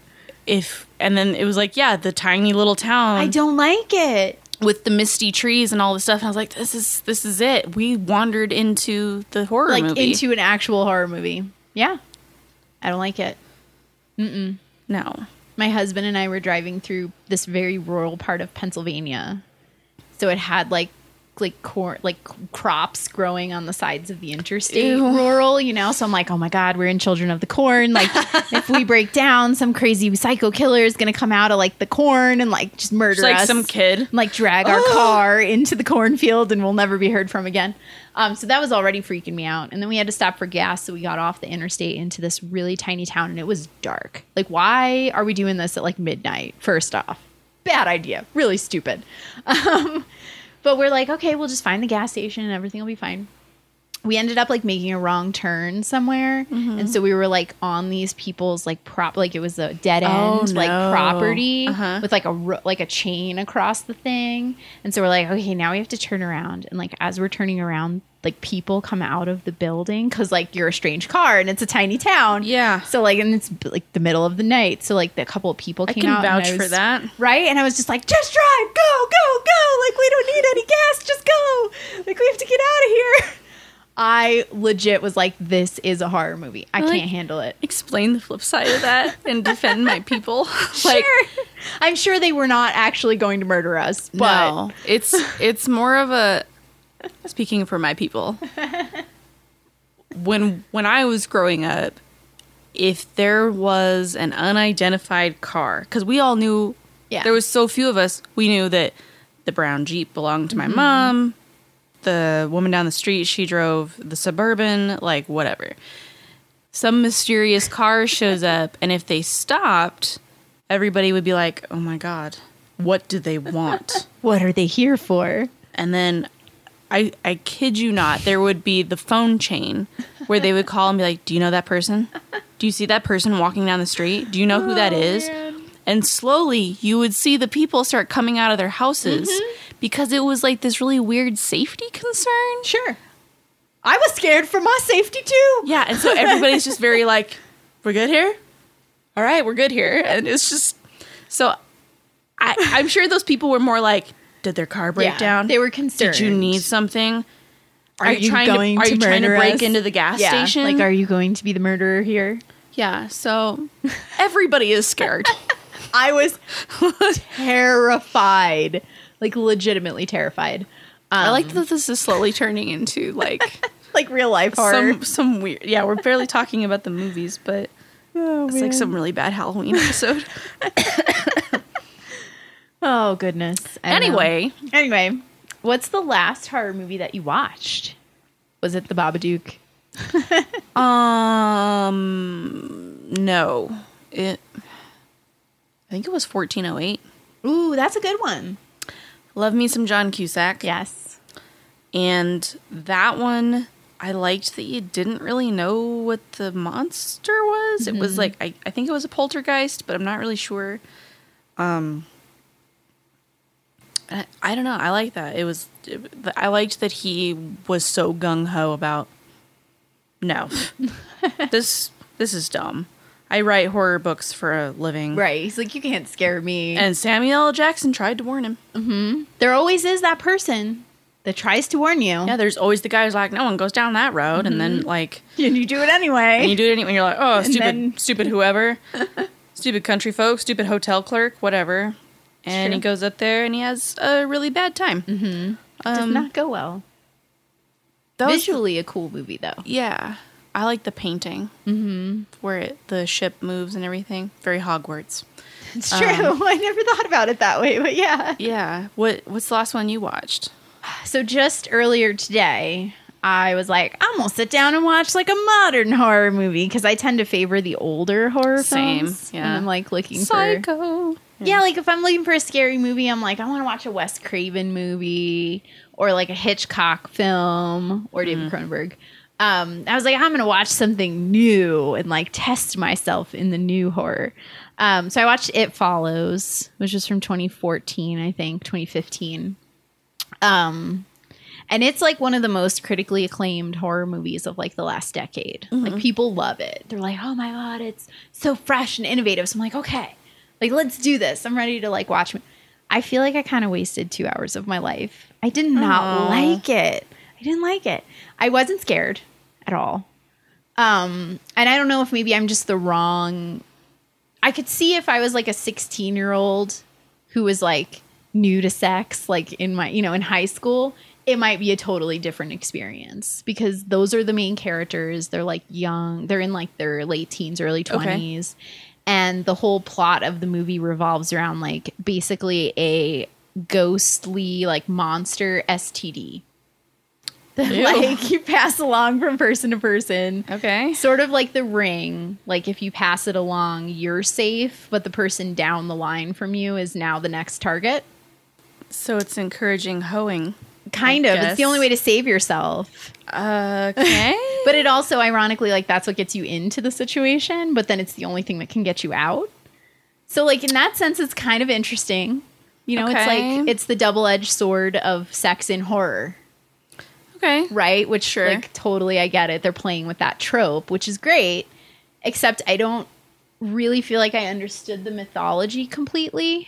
S2: if and then it was like yeah the tiny little town
S1: I don't like it.
S2: with the misty trees and all the stuff and i was like this is this is it we wandered into the horror
S1: Like
S2: movie
S1: into an actual horror movie. Yeah, I don't like it.
S2: no
S1: my husband and I were driving through this very rural part of Pennsylvania. So it had like like corn like crops growing on the sides of the interstate
S2: Ew.
S1: rural you know so i'm like oh my god we're in children of the corn like if we break down some crazy psycho killer is gonna come out of like the corn and like just murder
S2: It's like
S1: us
S2: some kid.
S1: like drag our car into the cornfield and we'll never be heard from again. Um, so that was already freaking me out. And then we had to stop for gas. So we got off the interstate into this really tiny town and it was dark. Like, why are we doing this at like midnight? First off, bad idea. Really stupid. Um, but we're like, okay, we'll just find the gas station and everything will be fine. We ended up like making a wrong turn somewhere.
S2: Mm-hmm.
S1: And so we were like on these people's like prop, like it was a dead end,
S2: Oh,
S1: like
S2: no.
S1: property
S2: Uh-huh.
S1: with like a ro- like a chain across the thing. And so we're like, okay, now we have to turn around. And like as we're turning around, like people come out of the building because like you're a strange car and it's a tiny town.
S2: Yeah.
S1: So like and it's like the middle of the night. So like the couple of people
S2: I
S1: came
S2: can
S1: out. and
S2: vouch for
S1: was-
S2: that.
S1: Right? And I was just like, just drive, go, go, go. Like we don't need any gas. Just go. Like we have to get out of here. I legit was like, this is a horror movie. I
S2: Like-
S1: can't handle it.
S2: Explain the flip side of that and defend my people. like,
S1: sure. I'm sure they were not actually going to murder us, but
S2: no, it's it's more of a speaking for my people. When when I was growing up, if there was an unidentified car, because we all knew
S1: Yeah.
S2: there was so few of us, we knew that the brown jeep belonged to my mom. The woman down the street, she drove the suburban, like whatever. Some mysterious car shows up, and if they stopped, everybody would be like, "Oh my god, what do they want?"
S1: what are they here for?
S2: and then I I kid you not, there would be the phone chain where they would call and be like, "Do you know that person? Do you see that person walking down the street? Do you know who that
S1: Oh,
S2: is?"
S1: man.
S2: And slowly, you would see the people start coming out of their houses
S1: Mm-hmm.
S2: because it was like this really weird safety concern.
S1: Sure. I was scared for my safety too.
S2: Yeah, and so everybody's just very like, "We're good here. All right, we're good here." And it's just so I I'm sure those people were more like, "Did their car break
S1: Yeah,
S2: down?
S1: They were concerned.
S2: Did you need something?
S1: Are you going
S2: to, are
S1: to
S2: you trying to
S1: murder
S2: break
S1: us?
S2: into the gas
S1: yeah.
S2: station?
S1: Like, are you going to be the murderer here?
S2: yeah. So everybody is scared.
S1: I was terrified, like legitimately terrified.
S2: I
S1: Um,
S2: like that this is slowly turning into like
S1: like real life horror.
S2: some some weird. Yeah, we're barely talking about the movies, but
S1: oh,
S2: it's like some really bad Halloween episode.
S1: oh goodness. I don't know.
S2: anyway,
S1: anyway, what's the last horror movie that you watched? Was it The Babadook?
S2: um, no, it. I think it was fourteen oh eight.
S1: Ooh, that's a good one.
S2: Love me some John Cusack.
S1: Yes.
S2: And that one, I liked that you didn't really know what the monster was. It was like, I, I think it was a poltergeist, but I'm not really sure. Um, I, I don't know. I like that. It was, it, I liked that he was so gung ho about, no, this, this is dumb. I write horror books for a living.
S1: Right. He's like, you can't scare me.
S2: And Samuel L. Jackson tried to warn him.
S1: there always is that person that tries to warn you,
S2: Yeah, there's always the guy who's like, no one goes down that road. And then, like,
S1: and you do it anyway.
S2: and you do it anyway. You're like, oh, stupid,
S1: then-
S2: stupid whoever, stupid country folk, stupid hotel clerk, whatever. And he
S1: true.
S2: goes up there and he has a really bad time. Mm-hmm.
S1: Does
S2: Um,
S1: not go well.
S2: that was-
S1: Visually, a cool movie though.
S2: yeah, I like the painting mm-hmm. where it, the ship moves and everything. Very Hogwarts.
S1: It's true. I never thought about it that way, but yeah.
S2: Yeah. What What's the last one you watched?
S1: So just earlier today, I was like, I'm gonna sit down and watch like a modern horror movie because I tend to favor the older horror
S2: Same,
S1: films. And
S2: yeah.
S1: I'm like looking for
S2: Psycho.
S1: Yeah, like if I'm looking for a scary movie, I'm like, I want to watch a Wes Craven movie or like a Hitchcock film or David Cronenberg. Um, I was like, I'm gonna watch something new and like test myself in the new horror. Um, so I watched It Follows, which was from 2014, I think, 2015. Um, and it's like one of the most critically acclaimed horror movies of like the last decade. Like people love it. They're like, oh my god, it's so fresh and innovative. So I'm like, okay, like let's do this. I'm ready to like watch. I feel like I kind of wasted two hours of my life. I did not
S2: Aw.
S1: like it. I didn't like it. I wasn't scared at all. Um, and I don't know if maybe I'm just the wrong I could see if I was like a 16 year old who was like new to sex, like in my, you know, in high school, it might be a totally different experience because those are the main characters. They're like young, they're in like their late teens, early 20s. And the whole plot of the movie revolves around like basically a ghostly, like monster STD. That,
S2: Ew.
S1: like you pass along from person to person
S2: Okay.
S1: sort of like the ring like if you pass it along you're safe but the person down the line from you is now the next target
S2: So it's encouraging hoeing.
S1: kind
S2: I
S1: of it's the
S2: guess.
S1: only way to save yourself
S2: Okay.
S1: but it also ironically like that's what gets you into the situation but then it's the only thing that can get you out so like in that sense it's kind of interesting you know it's
S2: Okay.
S1: like it's the double-edged sword of sex in horror
S2: okay.
S1: right? Which
S2: Sure.
S1: like totally I get it. They're playing with that trope, which is great. Except I don't really feel like I understood the mythology completely.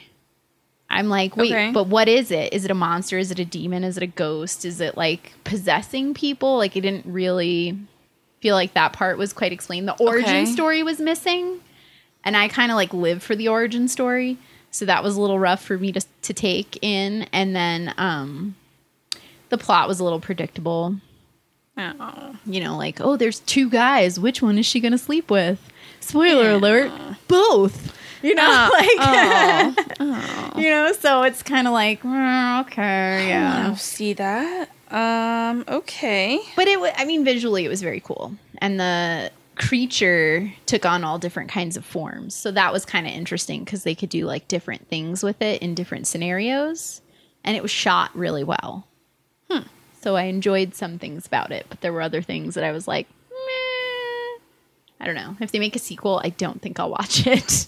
S1: I'm like, wait,
S2: Okay.
S1: but what is it? Is it a monster? Is it a demon? Is it a ghost? Is it like possessing people? Like I didn't really feel like that part was quite explained. The origin
S2: Okay.
S1: story was missing. And I kind of like live for the origin story. So that was a little rough for me to to take in. And then um the plot was a little predictable
S2: Oh.
S1: you know, like, oh, there's two guys. Which one is she going to sleep with? Spoiler alert, both. You know, like, you know, so it's kind of like, mm, okay,
S2: I
S1: yeah.
S2: don't see that. Um. Okay.
S1: But it, wa- I mean, visually, it was very cool. And the creature took on all different kinds of forms. So that was kind of interesting because they could do like different things with it in different scenarios. And it was shot really well. Hmm. So I enjoyed some things about it, but there were other things that I was like, Meh. I don't know. If they make a sequel, I don't think I'll watch it.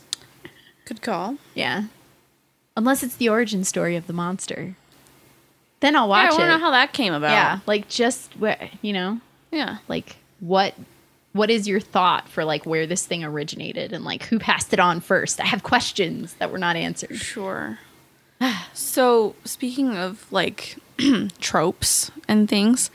S2: Good call.
S1: yeah. Unless it's the origin story of the monster. Then I'll watch
S2: I
S1: it.
S2: want to know how that came about.
S1: yeah. Like just where, you know,
S2: Yeah.
S1: like what what is your thought for like where this thing originated and like who passed it on first i have questions that were not answered
S2: Sure. so, speaking of like tropes and things,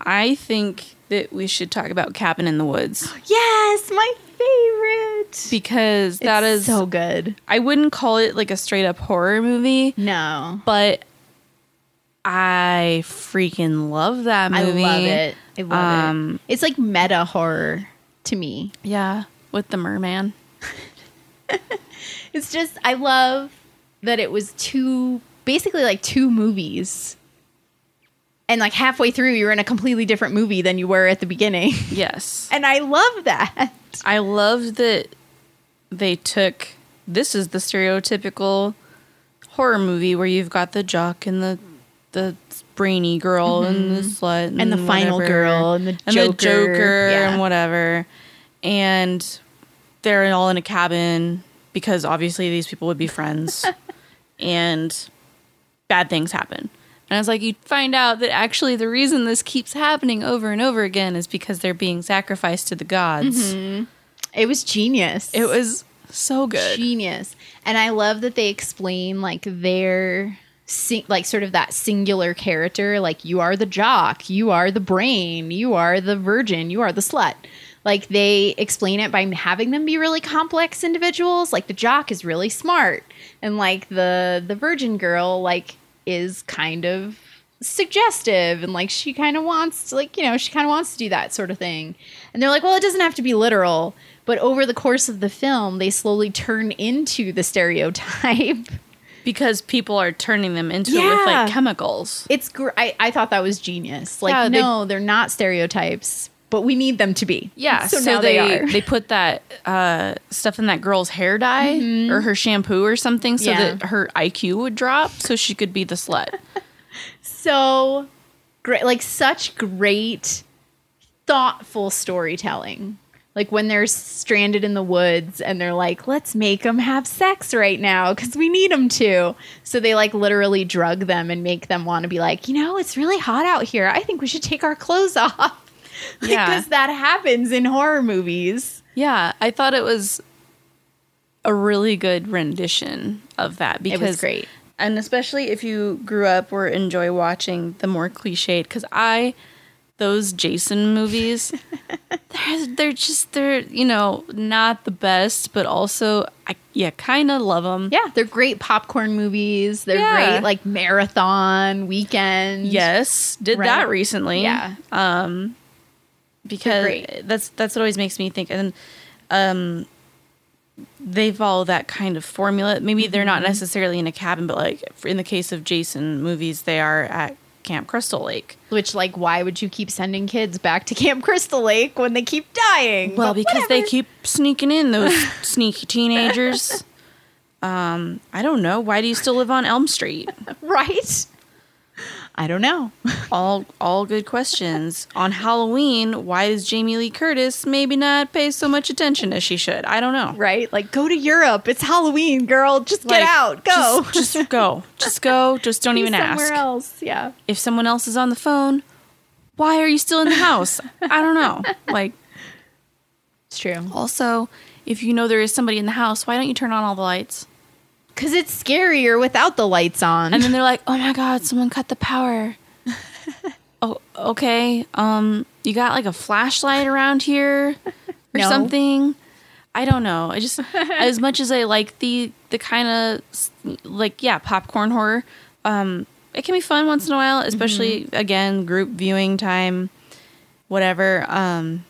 S2: I think that we should talk about Cabin in the Woods
S1: yes my favorite
S2: because that is
S1: so good
S2: I wouldn't call it like a straight up horror movie,
S1: no
S2: but I freaking love that movie.
S1: i love it i love
S2: Um,
S1: it it's like meta horror to me
S2: Yeah, with the merman.
S1: it's just i love that it was two basically like two movies and like halfway through you're in a completely different movie than you were at the beginning
S2: Yes.
S1: and i love that
S2: I loved that they took this is the stereotypical horror movie where you've got the jock and the the brainy girl and the slut and,
S1: Mm-hmm. And the final
S2: whatever,
S1: girl and the
S2: and,
S1: Joker, yeah.
S2: and whatever and they're all in a cabin because obviously these people would be friends and bad things happen and I was like, you find out that actually the reason this keeps happening over and over again is because they're being sacrificed to the
S1: Mm-hmm.
S2: gods.
S1: it was genius
S2: It was so good.
S1: genius and i love that they explain like their sing- like sort of that singular character like you are the jock you are the brain you are the virgin you are the slut like they explain it by having them be really complex individuals like the jock is really smart and like the the virgin girl like is kind of suggestive and like she kind of wants to like you know she kind of wants to do that sort of thing and they're like well it doesn't have to be literal but over the course of the film they slowly turn into the stereotype
S2: because people are turning them into it with
S1: Yeah.
S2: like chemicals.
S1: it's gr- I, I thought that was genius like
S2: Yeah, they-
S1: no they, are not stereotypes but we need them to be
S2: Yeah, so,
S1: so, now
S2: they
S1: they, are
S2: they put that uh, stuff in that girl's hair dye or her shampoo or something so
S1: Yeah.
S2: that her IQ would drop so she could be the slut.
S1: so great like such great thoughtful storytelling like when they're stranded in the woods and they're like let's make them have sex right now because we need them to so they like literally drug them and make them want to be like you know it's really hot out here i think we should take our clothes off because
S2: Yeah.
S1: that happens in horror movies
S2: yeah, I thought it was a really good rendition of that because
S1: it was great
S2: and especially if you grew up or enjoy watching the more cliched because i those Jason movies. they're, they're just they're you know not the best, but also I yeah kind of love them.
S1: Yeah, they're great popcorn movies. They're
S2: Yeah.
S1: great like marathon weekend.
S2: Yes, did
S1: Right.
S2: that recently.
S1: Yeah.
S2: Um because
S1: great.
S2: that's that's what always makes me think and um they follow that kind of formula. Maybe they're not necessarily in a cabin, but like in the case of Jason movies, they are at Camp Crystal Lake.
S1: Which like why would you keep sending kids back to Camp Crystal Lake when they keep dying?
S2: Well,
S1: But
S2: because they
S1: whatever.
S2: keep sneaking in those sneaky teenagers. Um, I don't know. Why do you still live on Elm Street?
S1: right. I don't know.
S2: All all good questions. On Halloween, why does Jamie Lee Curtis maybe not pay so much attention as she should? I don't know.
S1: right? Like go to Europe. It's Halloween, girl. Just get
S2: Like,
S1: out. Go.
S2: Just, just go. Just go. Just don't
S1: Be
S2: even ask.
S1: somewhere else. Yeah.
S2: If someone else is on the phone, why are you still in the house? I don't know. Like
S1: It's true.
S2: also, if you know there is somebody in the house, why don't you turn on all the lights?
S1: Cuz it's scarier without the lights on.
S2: And then they're like, "Oh my god, someone cut the power." oh, okay. Um, you got like a flashlight around here or
S1: No.
S2: something? I don't know. I just as much as I like the the kind of like yeah, popcorn horror, um it can be fun once in a while, especially again, group viewing time, whatever. Um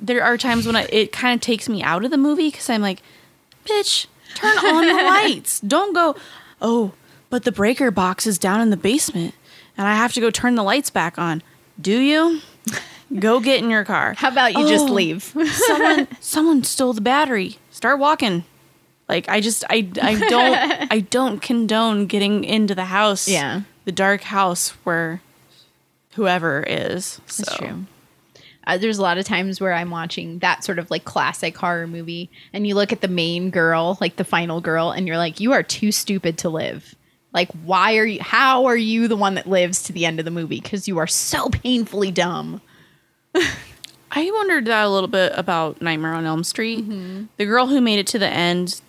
S2: there are times when I, it kind of takes me out of the movie because I'm like, bitch, turn on the lights. Don't go, oh, but the breaker box is down in the basement and I have to go turn the lights back on. Do you? Go get in your car.
S1: How about you just
S2: Oh,
S1: leave?
S2: someone, someone stole the battery. Start walking. Like I just, I, I don't, I don't condone getting into the house.
S1: Yeah.
S2: the dark house where whoever is. So.
S1: That's true. Uh, there's a lot of times where I'm watching that sort of like classic horror movie, and you look at the main girl, like the final girl, and you're like, you are too stupid to live. Like, why are you, how are you the one that lives to the end of the movie? Because you are so painfully dumb.
S2: I wondered that a little bit about Nightmare on Elm Street. The girl who made it to the end,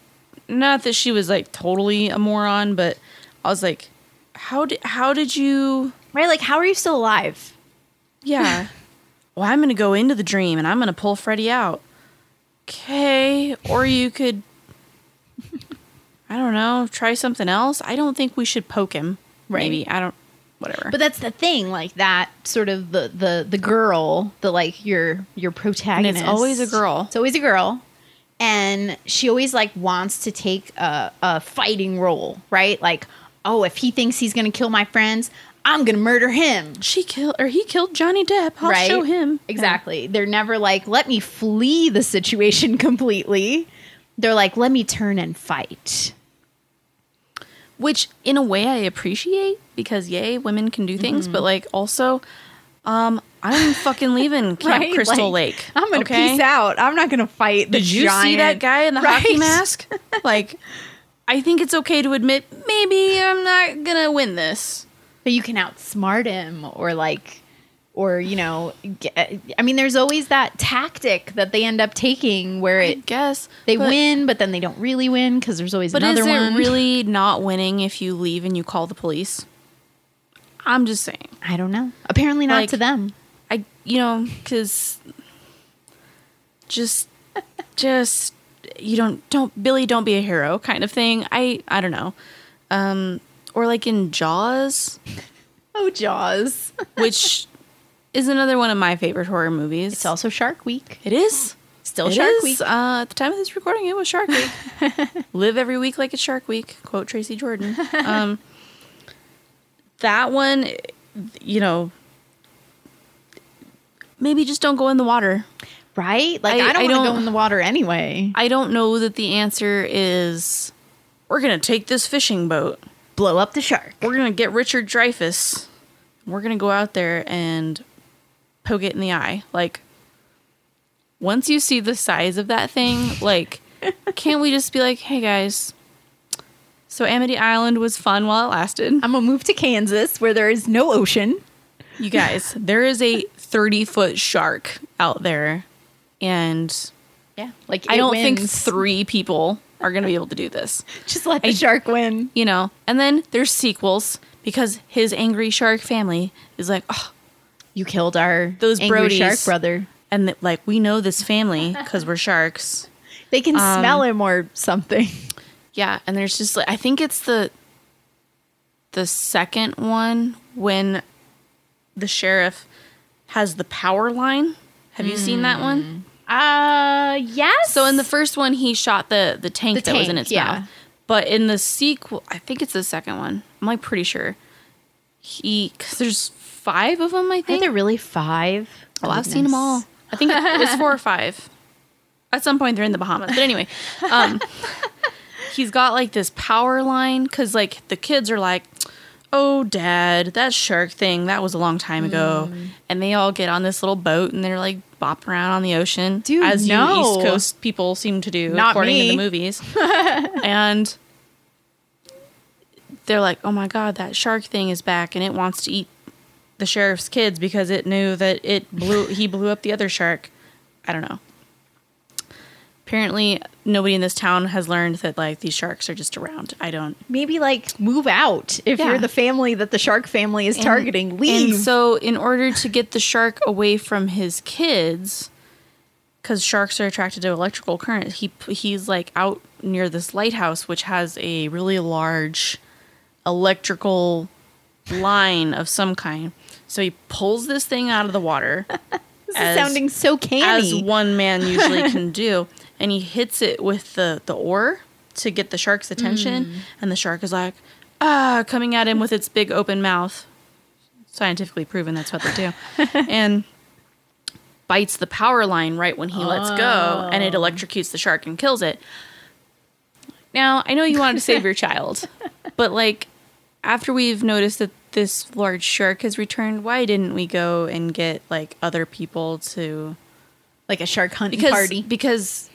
S2: not that she was like totally a moron, but I was like, how did how did you?
S1: Right? Like, how are you still alive?
S2: Yeah. well, I'm gonna go into the dream and I'm gonna pull Freddy out. Okay, or you could, I don't know, try something else. I don't think we should poke him.
S1: Right.
S2: Maybe I don't. Whatever.
S1: But that's the thing, like that sort of the the the girl, the like your your protagonist.
S2: always a girl.
S1: It's always a girl, and she always like wants to take a a fighting role, right? Like, oh, if he thinks he's gonna kill my friends, I'm gonna murder him.
S2: she killed or he killed Johnny Depp. I'll
S1: right?
S2: show him
S1: exactly. They're never like, let me flee the situation completely. They're like, let me turn and fight.
S2: which in a way I appreciate because yay, women can do things,
S1: Mm-hmm.
S2: but like also, um, I'm fucking leaving Camp
S1: Right?
S2: Crystal
S1: Like,
S2: Lake.
S1: I'm gonna peace out. I'm not gonna fight. The
S2: Did you see
S1: giant-
S2: that guy in the hockey
S1: Right.
S2: mask? Like, I think it's okay to admit maybe I'm not gonna win this.
S1: but you can outsmart him or like or you know get, i mean there's always that tactic that they end up taking where
S2: I
S1: it
S2: guess
S1: they
S2: but-
S1: win but then they don't really win because there's always
S2: But
S1: another
S2: is it
S1: one
S2: really not winning if you leave and you call the police? I'm just saying.
S1: i don't know apparently not
S2: Like-
S1: to them
S2: I you know because just just you don't don't Billy don't be a hero kind of thing. I I don't know, um, or like in Jaws,
S1: oh jaws
S2: which is another one of my favorite horror movies.
S1: it's also shark week
S2: it is
S1: still
S2: It
S1: shark
S2: is.
S1: week
S2: Uh, at the time of this recording, it was Shark Week. Live every week like it's Shark Week. Quote Tracy Jordan. Um, that one, you know, maybe just don't go in the water.
S1: right like
S2: I-
S1: i,
S2: I
S1: don't want to
S2: don't-
S1: go in the water anyway
S2: I don't know that the answer is we're going to take this fishing boat.
S1: blow up the shark
S2: We're going to get Richard Dreyfus. We're going to go out there and poke it in the eye. Like, once you see the size of that thing, like, can't we just be like, hey guys, so Amity Island was fun while it lasted?
S1: i'm gonna move to kansas where there is no ocean
S2: You guys, there is a 30 foot shark out there, and
S1: yeah like
S2: I
S1: it
S2: don't think
S1: wins.
S2: three people are going to be able to do this.
S1: just let the shark win
S2: you know. And then there's sequels because his angry shark family is like, oh,
S1: You killed our
S2: Those
S1: angry
S2: Brodies.
S1: shark brother.
S2: and that, like we know this family because we're sharks.
S1: They can smell him or something.
S2: Yeah, and there's just like I think it's the the second one when the sheriff has the power line. Have you seen that one?
S1: Uh, yes.
S2: So in the first one he shot the the tank
S1: The
S2: that was in
S1: tank,
S2: its
S1: yeah.
S2: mouth. But in the sequel, I think it's the second one. I'm like pretty sure. He cuz there's 5 of them I
S1: are
S2: think.
S1: there really five?
S2: Oh, I've seen them all. I think it was four or five. At some point, they're in the Bahamas. But anyway, um, he's got like this power line because like the kids are like, "Oh, Dad, that shark thing that was a long time ago," and they all get on this little boat and they're like bopping around on the ocean,
S1: Dude,
S2: as you
S1: no.
S2: East Coast people seem to do,
S1: Not
S2: according to
S1: me.
S2: the movies, and. They're like, oh my god, that shark thing is back and it wants to eat the sheriff's kids because it knew that it blew he blew up the other shark. I don't know. Apparently nobody in this town has learned that like these sharks are just around. I don't
S1: Maybe like move out if
S2: Yeah.
S1: you're the family that the shark family is targeting. Leave.
S2: And so in order to get the shark away from his kids cuz sharks are attracted to electrical current, he he's like out near this lighthouse which has a really large electrical line of some kind. So he pulls this thing out of the water.
S1: this
S2: as-
S1: is sounding so
S2: as
S1: canny.
S2: one man usually can do. And he hits it with the, the oar to get the shark's attention. And the shark is like, ah, coming at him with its big open mouth. Scientifically proven that's what they do. and bites the power line right when he lets go, and it electrocutes the shark and kills it. Now, I know you wanted to save your child, but like, after we've noticed that this large shark has returned, why didn't we go and get like other people to
S1: like a shark hunting
S2: because
S1: party.
S2: because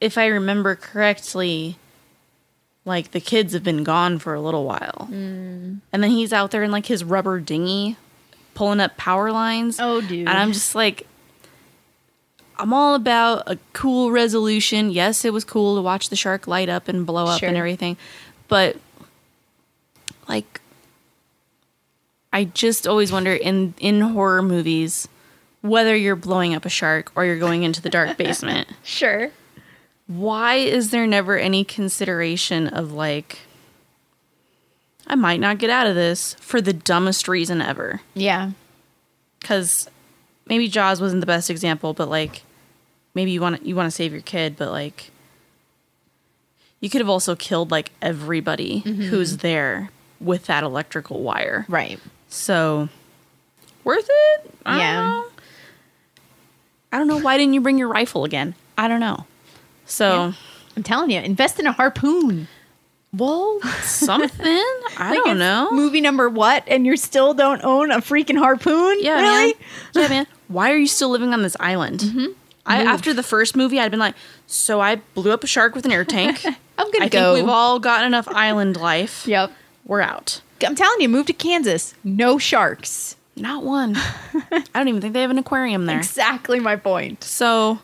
S2: if I remember correctly, like the kids have been gone for a little while,
S1: Mm.
S2: and then he's out there in like his rubber dinghy, pulling up power lines.
S1: Oh, dude.
S2: And I'm just like, I'm all about a cool resolution. Yes, it was cool to watch the shark light up and blow up and
S1: Sure.
S2: everything, but like, I just always wonder in in horror movies whether you're blowing up a shark or you're going into the dark basement.
S1: Sure.
S2: Why is there never any consideration of like I might not get out of this for the dumbest reason ever?
S1: Yeah.
S2: Cuz maybe Jaws wasn't the best example, but like maybe you want you want to save your kid, but like you could have also killed like everybody who's there with that electrical wire.
S1: Mm-hmm. Right.
S2: So worth it? I
S1: Yeah.
S2: Don't know. I don't know why didn't you bring your rifle again? I don't know. So
S1: I'm telling you, invest in a harpoon.
S2: well, something I
S1: Like,
S2: don't
S1: it's
S2: know.
S1: Movie number what? And you still don't own a freaking harpoon?
S2: yeah,
S1: really? Mm-hmm.
S2: man. Yeah, man. Why are you still living on this island? I, after the first movie, I'd been like, so I blew up a shark with an air tank.
S1: I'm gonna
S2: I
S1: go.
S2: think we've all gotten enough island life.
S1: Yep.
S2: We're out.
S1: I'm telling you, move to Kansas. No sharks.
S2: Not one. I don't even think they have an aquarium there.
S1: Exactly my point.
S2: So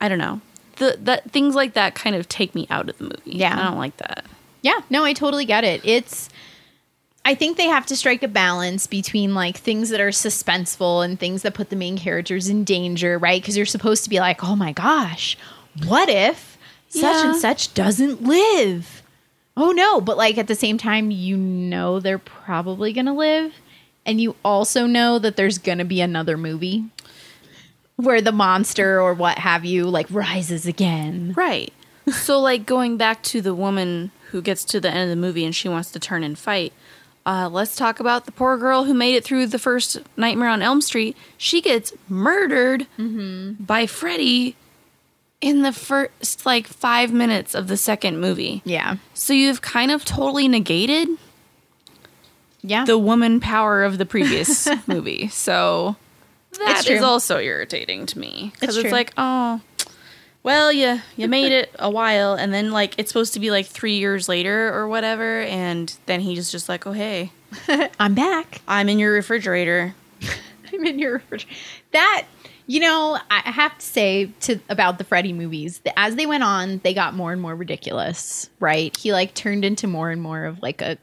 S2: I don't know. The that things like that kind of take me out of the movie.
S1: Yeah.
S2: I don't like that.
S1: Yeah, no, I totally get it. It's I think they have to strike a balance between like things that are suspenseful and things that put the main characters in danger, right? Because you're supposed to be like, "Oh my gosh, what if such
S2: Yeah.
S1: and such doesn't live?" Oh no, but like at the same time, you know they're probably going to live and you also know that there's going to be another movie where the monster or what have you like rises again.
S2: Right. so like going back to the woman who gets to the end of the movie and she wants to turn and fight. Uh, let's talk about the poor girl who made it through the first Nightmare on Elm Street. She gets murdered by Freddy in the first like five minutes of the second movie.
S1: Yeah.
S2: So you've kind of totally negated
S1: Yeah.
S2: the woman power of the previous movie. So that
S1: It's true.
S2: is also irritating to me because
S1: It's
S2: it's,
S1: true.
S2: like, oh, well, you you made it a while, and then like it's supposed to be like three years later or whatever, and then he just just like, oh hey,
S1: I'm back.
S2: I'm in your refrigerator.
S1: I'm in your refrigerator. That you know, I I have to say to about the Freddy movies, that as they went on, they got more and more ridiculous. Right? He like turned into more and more of like a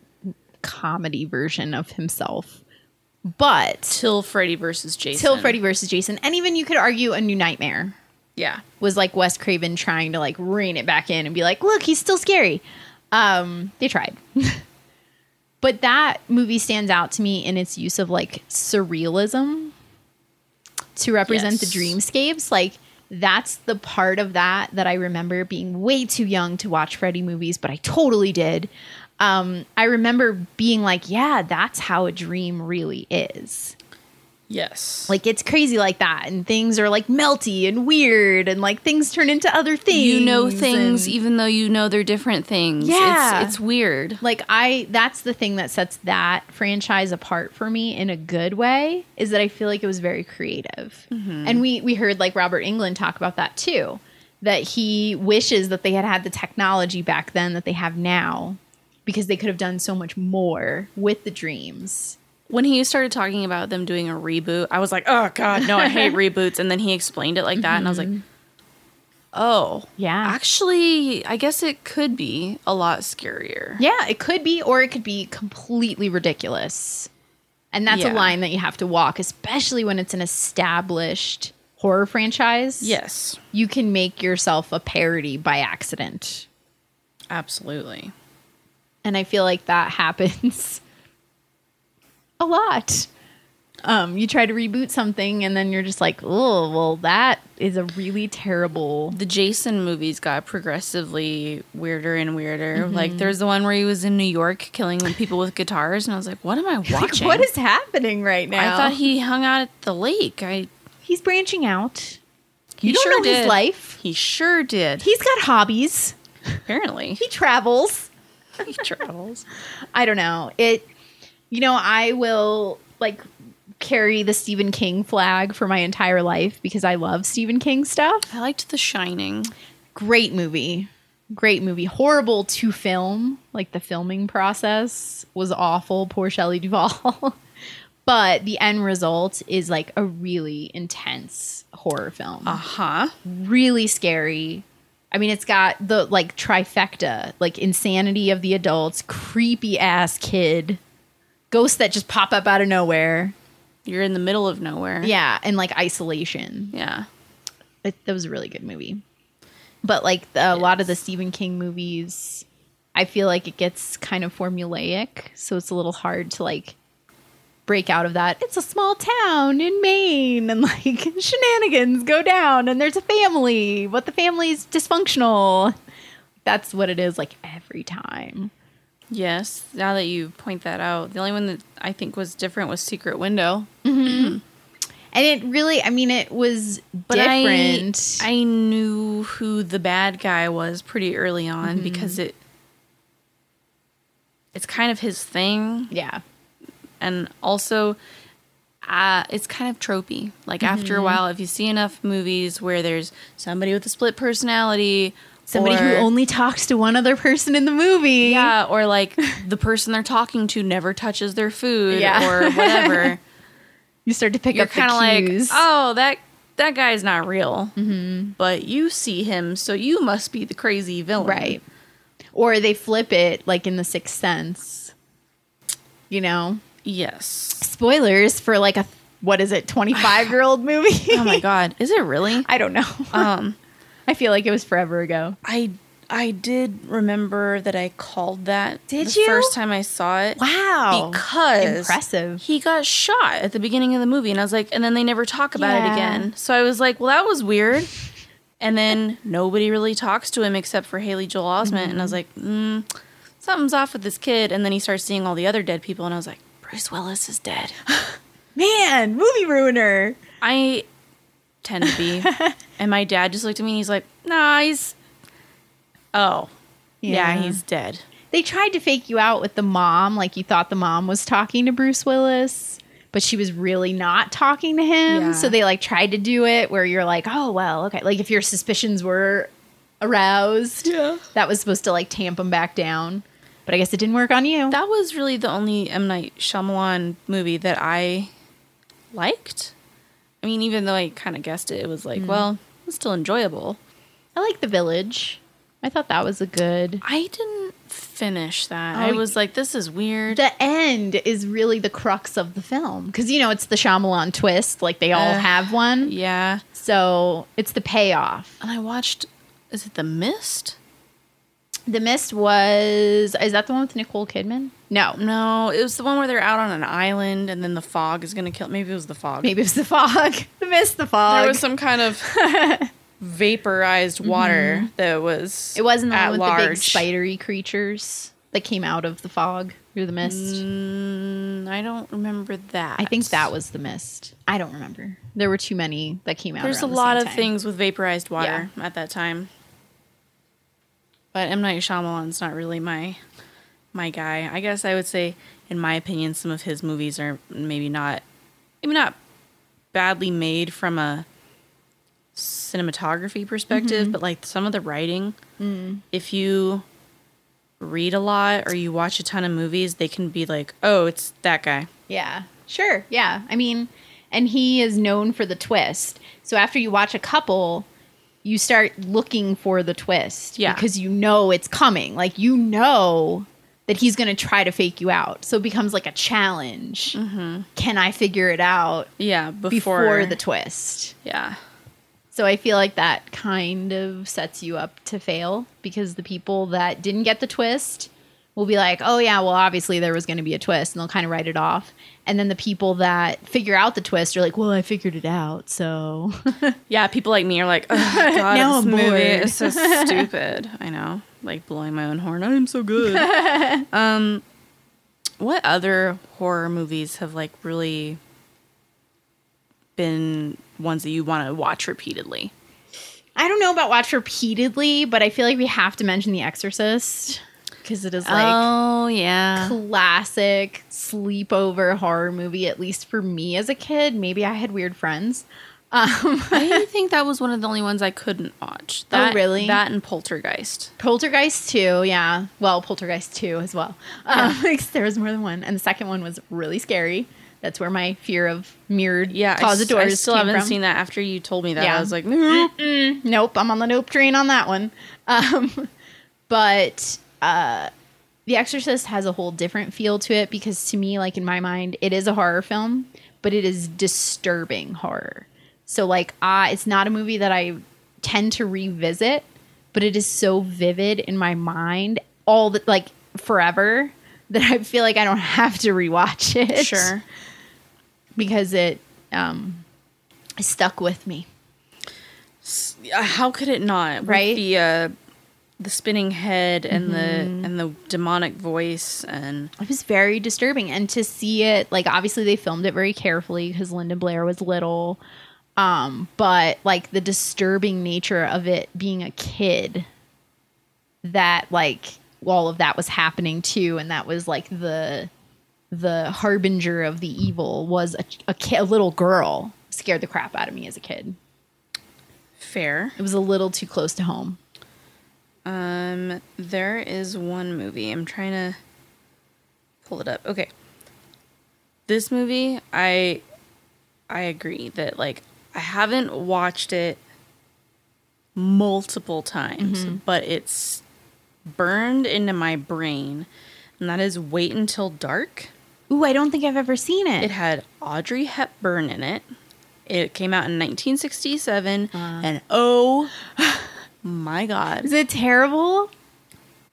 S1: comedy version of himself, But
S2: Till Freddy versus Jason.
S1: till Freddy versus Jason, and even you could argue A New Nightmare
S2: Yeah.
S1: was like Wes Craven trying to like rein it back in and be like, look, he's still scary. Um, they tried. but that movie stands out to me in its use of like surrealism to represent
S2: Yes.
S1: the dreamscapes. Like, that's the part of that that I remember being way too young to watch Freddy movies, but I totally did. Um, I remember being like, yeah, that's how a dream really is
S2: Yes.
S1: like it's crazy like that and things are like melty and weird and like things turn into other things
S2: you know things
S1: and-
S2: even though you know they're different things.
S1: Yeah.
S2: It's, it's weird.
S1: like i that's the thing that sets that franchise apart for me in a good way is that i feel like it was very creative
S2: Mm-hmm.
S1: and we we heard like robert england talk about that too that he wishes that they had had the technology back then that they have now because they could have done so much more with the dreams
S2: When he started talking about them doing a reboot, I was like, oh, God, no, I hate reboots. And then he explained it like that. And I was like, oh.
S1: Yeah.
S2: Actually, I guess it could be a lot scarier.
S1: Yeah, it could be, or it could be completely ridiculous. And that's a
S2: Yeah.
S1: line that you have to walk, especially when it's an established horror franchise.
S2: Yes.
S1: You can make yourself a parody by accident.
S2: Absolutely.
S1: And I feel like that happens a lot. Um, you try to reboot something and then you're just like, oh, well, that is a really terrible.
S2: the Jason movies got progressively weirder and weirder.
S1: Mm-hmm.
S2: Like there's the one where he was in New York killing people with guitars, and I was like, "What am I
S1: Like,
S2: watching?"
S1: what is happening right now?
S2: I thought he hung out at the lake. I
S1: he's branching out.
S2: he
S1: You don't
S2: sure
S1: know
S2: did.
S1: his life.
S2: He sure did.
S1: He's got hobbies.
S2: Apparently,
S1: He travels.
S2: he travels.
S1: I don't know. It, you know, I will like carry the Stephen King flag for my entire life because I love Stephen King stuff.
S2: I liked The Shining.
S1: Great movie. Great movie. Horrible to film. Like the filming process was awful. Poor Shelley Duvall. but the end result is like a really intense horror film.
S2: Uh
S1: Uh-huh.
S2: huh.
S1: Really scary. I mean, it's got the like trifecta, like insanity of the adults, creepy ass kid, ghosts that just pop up out of nowhere.
S2: You're in the middle of nowhere.
S1: Yeah, and like isolation.
S2: Yeah.
S1: It, that was a really good movie. But like the, a lot of the Stephen King movies, I feel like it gets kind of formulaic, so it's a little hard to like break out of that. It's a small town in Maine and like shenanigans go down and there's a family, but the family's dysfunctional. That's what it is like every time.
S2: Yes. Now that you point that out, the only one that I think was different was Secret Window.
S1: And it really, I mean it was
S2: But I-
S1: different.
S2: I, knew who the bad guy was pretty early on
S1: Mm-hmm.
S2: because it it's kind of his thing,
S1: yeah.
S2: and also uh, it's kind of tropey. Like after
S1: Mm-hmm.
S2: a while, if you see enough movies where there's somebody with a split personality,
S1: Somebody who
S2: or-
S1: only talks to one other person in the movie.
S2: yeah, or like the person they're talking to never touches their food
S1: Yeah.
S2: or whatever,
S1: You start to pick
S2: you're
S1: up the
S2: kind of like,
S1: cues. Mm-hmm.
S2: oh, that that guy's not real. But you see him, so you must be the crazy villain,
S1: Right. Or they flip it like in The Sixth Sense. You know?
S2: Yes.
S1: Spoilers for like a, what is it, 25 year old movie?
S2: Oh my god, is it really?
S1: I don't know.
S2: Um,
S1: I feel like it was forever ago.
S2: I I did remember that I called that
S1: Did
S2: the
S1: you?
S2: first time I saw it.
S1: Wow.
S2: Because
S1: Oh, Impressive.
S2: he got shot at the beginning of the movie, and I was like, and then they never talk about it
S1: Yeah.
S2: again. So I was like, well, that was weird. And then nobody really talks to him except for Haley Joel Osment, and I was like, mm, something's off with this kid. And then he starts seeing all the other dead people, and I was like, Bruce Willis is dead.
S1: Man, movie ruiner.
S2: I tend to be. and my dad just looked at me and he's like, nah, he's. Oh. Yeah,
S1: Yeah.
S2: he's dead.
S1: They tried to fake you out with the mom, like you thought the mom was talking to Bruce Willis, but she was really not talking to him.
S2: Yeah.
S1: So they like tried to do it where you're like, oh, well, okay. Like if your suspicions were aroused,
S2: Yeah.
S1: that was supposed to like tamp him back down. But I guess it didn't work on you.
S2: That was really the only M. Night Shyamalan movie that I liked. I mean, even though I kind of guessed it, it was
S1: Mm.
S2: like, well, it was still enjoyable.
S1: I like The Village. I thought that was a good.
S2: I didn't finish that.
S1: Oh,
S2: I
S1: you-
S2: was like, this is weird.
S1: The end is really the crux of the film because you know it's the Shyamalan twist, like they all
S2: Uh,
S1: have one.
S2: yeah.
S1: So it's the payoff.
S2: And I watched, is it The Mist?
S1: The Mist was is that the one with Nicole Kidman? No,
S2: No, it was the one where they're out on an island and then the fog is going to kill. Maybe it was the fog.
S1: maybe it was the fog. the Mist, the fog.
S2: There was some kind of vaporized water that was.
S1: Mm-hmm. it wasn't the
S2: at
S1: one with the big
S2: large.
S1: spidery creatures that came out of the fog through the mist.
S2: Mm, I don't remember that.
S1: I think that was the mist. I don't remember. There were too many that came out.
S2: There's a
S1: around the
S2: lot
S1: same
S2: of
S1: time.
S2: things with vaporized water at that time. But M Night Shyamalan's not really my my guy. I guess I would say, in my opinion, some of his movies are maybe not maybe not badly made from a cinematography perspective,
S1: Mm-hmm.
S2: but like some of the writing,
S1: Mm.
S2: if you read a lot or you watch a ton of movies, they can be like, oh, it's that guy.
S1: Yeah, sure. Yeah. I mean, and he is known for the twist. So after you watch a couple, you start looking for the twist.
S2: Yeah.
S1: Because you know it's coming. Like, you know that he's going to try to fake you out. So it becomes like a challenge. Can I figure it out
S2: Yeah, Mm-hmm. before,
S1: before, the twist?
S2: yeah.
S1: So I feel like that kind of sets you up to fail because the people that didn't get the twist will be like, "Oh yeah, well obviously there was going to be a twist," and they'll kind of write it off. And then the people that figure out the twist are like, "Well, I figured it out." So
S2: Yeah, people like me are like, oh, God,
S1: Now
S2: this
S1: I'm
S2: movie
S1: bored."
S2: is so stupid. I know, like blowing my own horn. I'm so good. um, what other horror movies have like really been ones that you want to watch repeatedly?
S1: I don't know about watch repeatedly, but I feel like we have to mention The Exorcist because it is like
S2: oh yeah,
S1: classic sleepover horror movie at least for me as a kid. Maybe I had weird friends. Um
S2: I think that was one of the only ones I couldn't watch.
S1: Oh,
S2: That,
S1: really?
S2: That and Poltergeist.
S1: Poltergeist 2, yeah. Well, Poltergeist 2 as well. Um, there was more than one. And the second one was really scary. That's where my fear of mirrored
S2: Yeah, I
S1: closet
S2: s- I,
S1: doors
S2: still
S1: came
S2: haven't
S1: from.
S2: seen that. After you told me that,
S1: Yeah.
S2: I was like, "Mm, nope.
S1: Nope, I'm on the nope train on that one. Um, but uh, The Exorcist has a whole different feel to it because to me, like in my mind, it is a horror film, but it is disturbing horror. So like, I it's not a movie that I tend to revisit, but it is so vivid in my mind all the like forever that I feel like I don't have to rewatch it.
S2: sure.
S1: because it um, stuck with me.
S2: Uh, how could it not With
S1: Right?
S2: the uh the spinning head and the and the demonic voice and
S1: it was very disturbing and to see it like obviously they filmed it very carefully because linda blair was little um but like the disturbing nature of it being a kid that like all of that was happening too and that was like the the harbinger of the evil was a, a, ki- a little girl scared the crap out of me as a kid
S2: fair
S1: it was a little too close to home
S2: um there is one movie i'm trying to pull it up okay this movie i i agree that like i haven't watched it multiple times but it's burned into my brain and that is wait until dark
S1: ooh i don't think i've ever seen it,
S2: It had Audrey Hepburn in it. It came out in 1967, and oh my god,
S1: is it terrible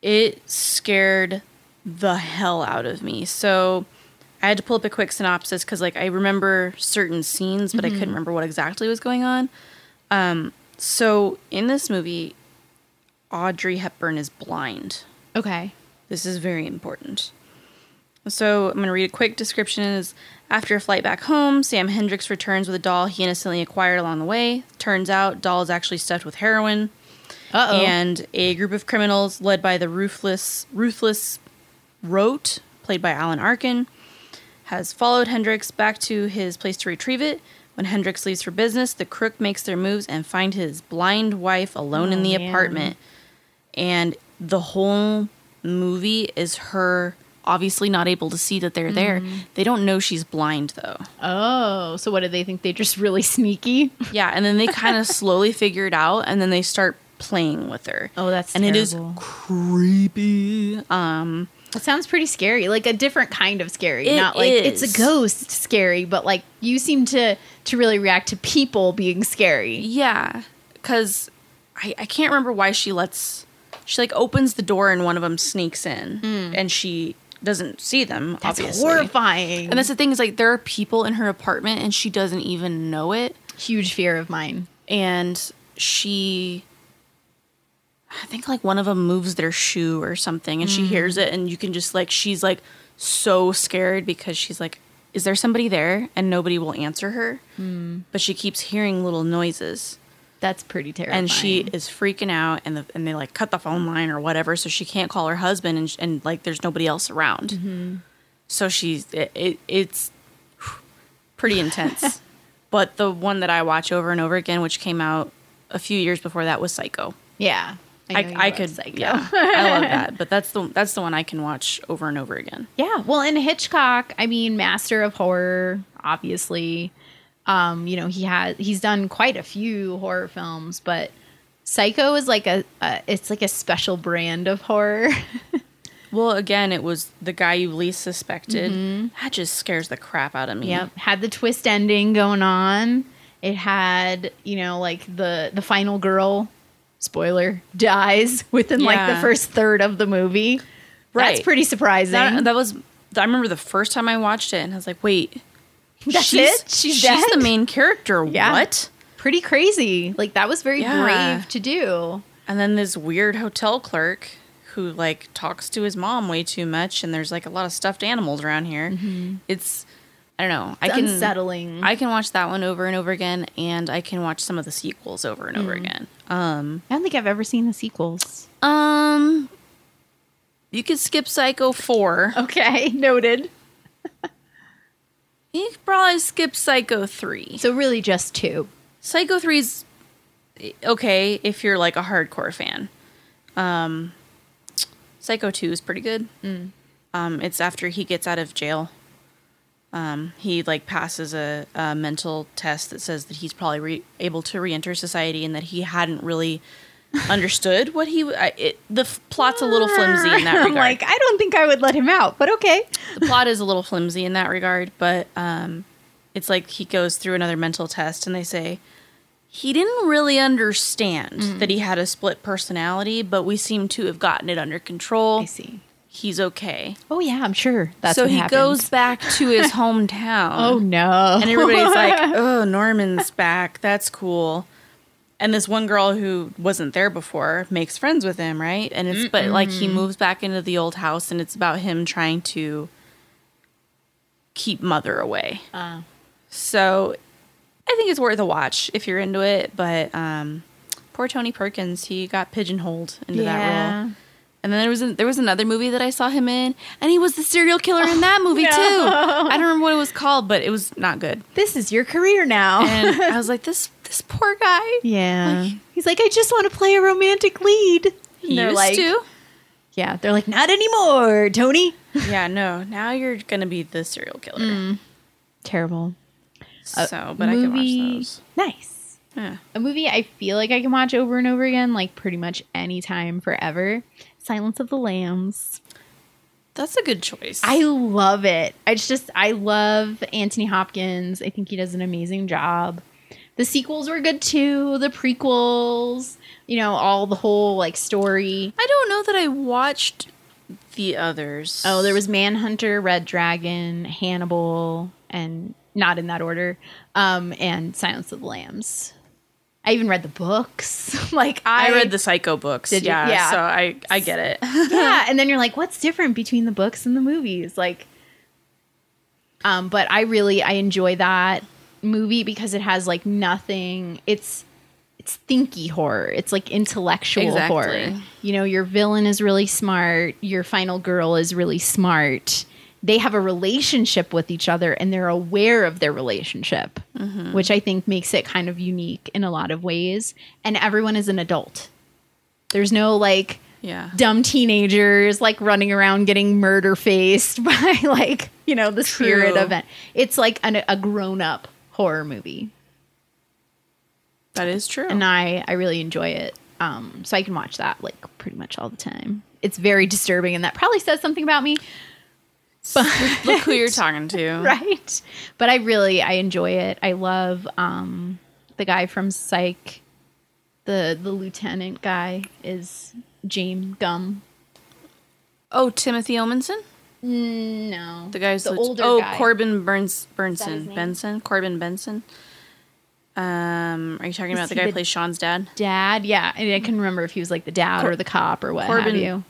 S2: it scared the hell out of me. So I had to pull up a quick synopsis because, like, I remember certain scenes, but I couldn't remember what exactly was going on. Um, so in this movie, Audrey Hepburn is blind.
S1: okay
S2: This is very important. So I'm going to read a quick description. Is after a flight back home, Sam Hendricks returns with a doll he innocently acquired along the way. Turns out, doll is actually stuffed with heroin,
S1: uh-oh
S2: and a group of criminals led by the ruthless ruthless Rote, played by Alan Arkin, has followed Hendricks back to his place to retrieve it. When Hendricks leaves for business, the crook makes their moves and find his blind wife alone in
S1: Oh,
S2: the
S1: man.
S2: apartment. And the whole movie is her obviously not able to see that they're there.
S1: Mm-hmm.
S2: They don't know she's blind though.
S1: oh so what do they think they're just really sneaky
S2: Yeah, and then they kind of slowly figure it out, and then they start playing with her.
S1: Oh, that's
S2: and it is
S1: terrible.
S2: creepy. Um,
S1: It sounds pretty scary, like a different kind of scary,
S2: It
S1: not like
S2: is.
S1: it's a ghost scary, but like you seem to to really react to people being scary.
S2: yeah, because I I can't remember why she lets she like opens the door and one of them sneaks in and she doesn't see them.
S1: That's
S2: obviously.
S1: horrifying.
S2: And that's the thing is like there are people in her apartment and she doesn't even know it.
S1: huge fear of mine.
S2: and she i think like one of them moves their shoe or something and she hears it and you can just like she's like so scared because she's like is there somebody there and nobody will answer her but she keeps hearing little noises
S1: That's pretty terrifying.
S2: and she is freaking out and the, and they like cut the phone line or whatever so she can't call her husband and, sh- and like there's nobody else around
S1: Mm-hmm.
S2: so she's it, it, it's pretty intense but the one that i watch over and over again which came out a few years before that was psycho
S1: yeah,
S2: i,
S1: know you
S2: I
S1: love
S2: could
S1: Psycho.
S2: yeah i love that but that's the that's the one i can watch over and over again
S1: Yeah, well, in Hitchcock, I mean, master of horror, obviously. Um, you know, he has he's done quite a few horror films, but Psycho is like a, a it's like a special brand of horror.
S2: well again it was the guy you least suspected that just scares the crap out of me
S1: Mm-hmm. Yep, had the twist ending going on. It had, you know, like the the final girl spoiler dies within like
S2: Yeah.
S1: the first third of the movie. That's
S2: Right.
S1: pretty surprising.
S2: That, that was. I remember the first time I watched it, and I was like, "Wait,
S1: That's
S2: she's,
S1: it? She's
S2: she's
S1: dead?
S2: the main character.
S1: Yeah.
S2: What?"
S1: pretty crazy. Like that was very
S2: Yeah.
S1: brave to do.
S2: And then this weird hotel clerk who like talks to his mom way too much, and there's like a lot of stuffed animals around here. It's I don't know. I
S1: Mm-hmm. It's
S2: can
S1: unsettling.
S2: I can watch that one over and over again, and I can watch some of the sequels over and over
S1: Mm.
S2: again. Um,
S1: I don't think I've ever seen the sequels.
S2: um, you could skip Psycho four.
S1: Okay, noted.
S2: You could probably skip Psycho three.
S1: So really just two.
S2: Psycho 3's okay if you're like a hardcore fan. Um, Psycho 2 is pretty good.
S1: Mm.
S2: Um, it's after he gets out of jail. Um, he like passes a, a mental test that says that he's probably re- able to reenter society and that he hadn't really understood what he. w- I, it, the f- plot's a little flimsy in that regard.
S1: I'm like, I don't think I would let him out, but okay.
S2: the plot is a little flimsy in that regard, but um, it's like he goes through another mental test and they say he didn't really understand
S1: Mm-hmm.
S2: that he had a split personality, but we seem to have gotten it under control.
S1: I see.
S2: He's okay.
S1: Oh yeah, I'm sure. That's
S2: so
S1: what
S2: he
S1: happens.
S2: goes back to his hometown.
S1: Oh no.
S2: And everybody's like, oh, Norman's back. That's cool. And this one girl who wasn't there before makes friends with him, right? And it's, but like he moves back into the old house and it's about him trying to keep mother away.
S1: Uh.
S2: So I think it's worth a watch if you're into it. But um, poor Tony Perkins, he got pigeonholed into that
S1: Yeah.
S2: role. And then there was an there was another movie that I saw him in, and he was the serial killer in that movie
S1: no.
S2: too. I don't remember what it was called, but it was not good.
S1: this is your career now.
S2: And I was like, this this poor guy.
S1: yeah.
S2: Like-
S1: He's like, I just want to play a romantic lead. And
S2: He
S1: they're
S2: used
S1: like,
S2: to.
S1: Yeah, they're like, not anymore, Tony.
S2: Yeah, no. Now you're gonna be the serial killer.
S1: Mm. Terrible. A
S2: So, but I can
S1: Uh, movie-
S2: watch those.
S1: Nice.
S2: Yeah.
S1: a movie I feel like I can watch over and over again, like pretty much any time forever. Silence of the Lambs.
S2: That's a good choice.
S1: I love it. I just I love Anthony Hopkins. I think he does an amazing job. The sequels were good too. The prequels, you know, all the whole like story.
S2: I don't know that I watched the others.
S1: Oh, there was Manhunter, Red Dragon, Hannibal, and not in that order. Um, and Silence of the Lambs. I even read the books. like I,
S2: I read the psycho books.
S1: Did you?
S2: Yeah,
S1: Yeah.
S2: So I I get it.
S1: yeah and then you're like what's different between the books and the movies like um but i really i enjoy that movie because it has like nothing it's it's thinky horror it's like intellectual
S2: Exactly.
S1: horror you know your villain is really smart your final girl is really smart they have a relationship with each other and they're aware of their relationship
S2: Mm-hmm.
S1: which i think makes it kind of unique in a lot of ways and everyone is an adult there's no like
S2: yeah.
S1: dumb teenagers like running around getting murder faced by like you know the spirit
S2: True.
S1: of it. It's like an, a grown up horror movie,
S2: That is true.
S1: and I I really enjoy it. Um, so I can watch that like pretty much all the time. It's very disturbing, and that probably says something about me,
S2: Look who you're talking to.
S1: right? But I really I enjoy it. I love um, the guy from Psych. The the lieutenant guy is James Gum.
S2: Oh, Timothy Omenson?
S1: No,
S2: The guy's
S1: the
S2: lit-
S1: older
S2: Oh,
S1: guy.
S2: Corbin Burns
S1: his
S2: Burnson.
S1: name?
S2: Benson. Corbin Benson. Um, are you talking about the
S1: he
S2: guy who
S1: the-
S2: plays Sean's dad?
S1: dad. Yeah, and I can remember if he was like the dad or the cop or what have
S2: Corbin-
S1: you.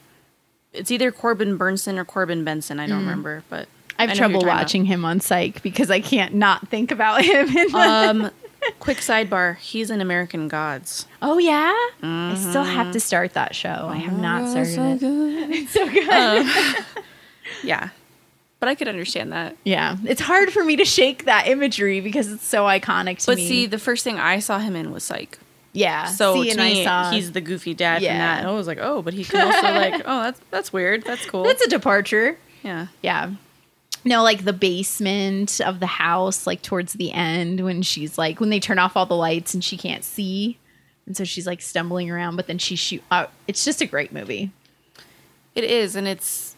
S2: It's either Corbin Burnson or Corbin Benson. I don't remember, but
S1: Mm. I have
S2: I know who
S1: trouble
S2: you're talking
S1: watching him on Psych because I can't not think about him. in the-
S2: about. Um, quick sidebar. He's in American Gods.
S1: oh yeah, I still have to start that show. I have not started it. It's so Uh-huh. Oh, good. Um,
S2: Yeah, but I could understand that.
S1: yeah, it's hard for me to shake that imagery because it's so iconic to
S2: But
S1: me.
S2: see, the first thing I saw him in was Psych.
S1: yeah,
S2: So
S1: see,
S2: to
S1: and
S2: me,
S1: I saw
S2: he's the goofy dad
S1: Yeah.
S2: from that. And I was like, oh, but he can also like, oh, that's that's weird. That's cool.
S1: that's a departure.
S2: yeah.
S1: Yeah. No, like the basement of the house, like towards the end when she's like, when they turn off all the lights and she can't see. And so she's like stumbling around, but then she shoot. Uh, it's just a great movie.
S2: It is, and it's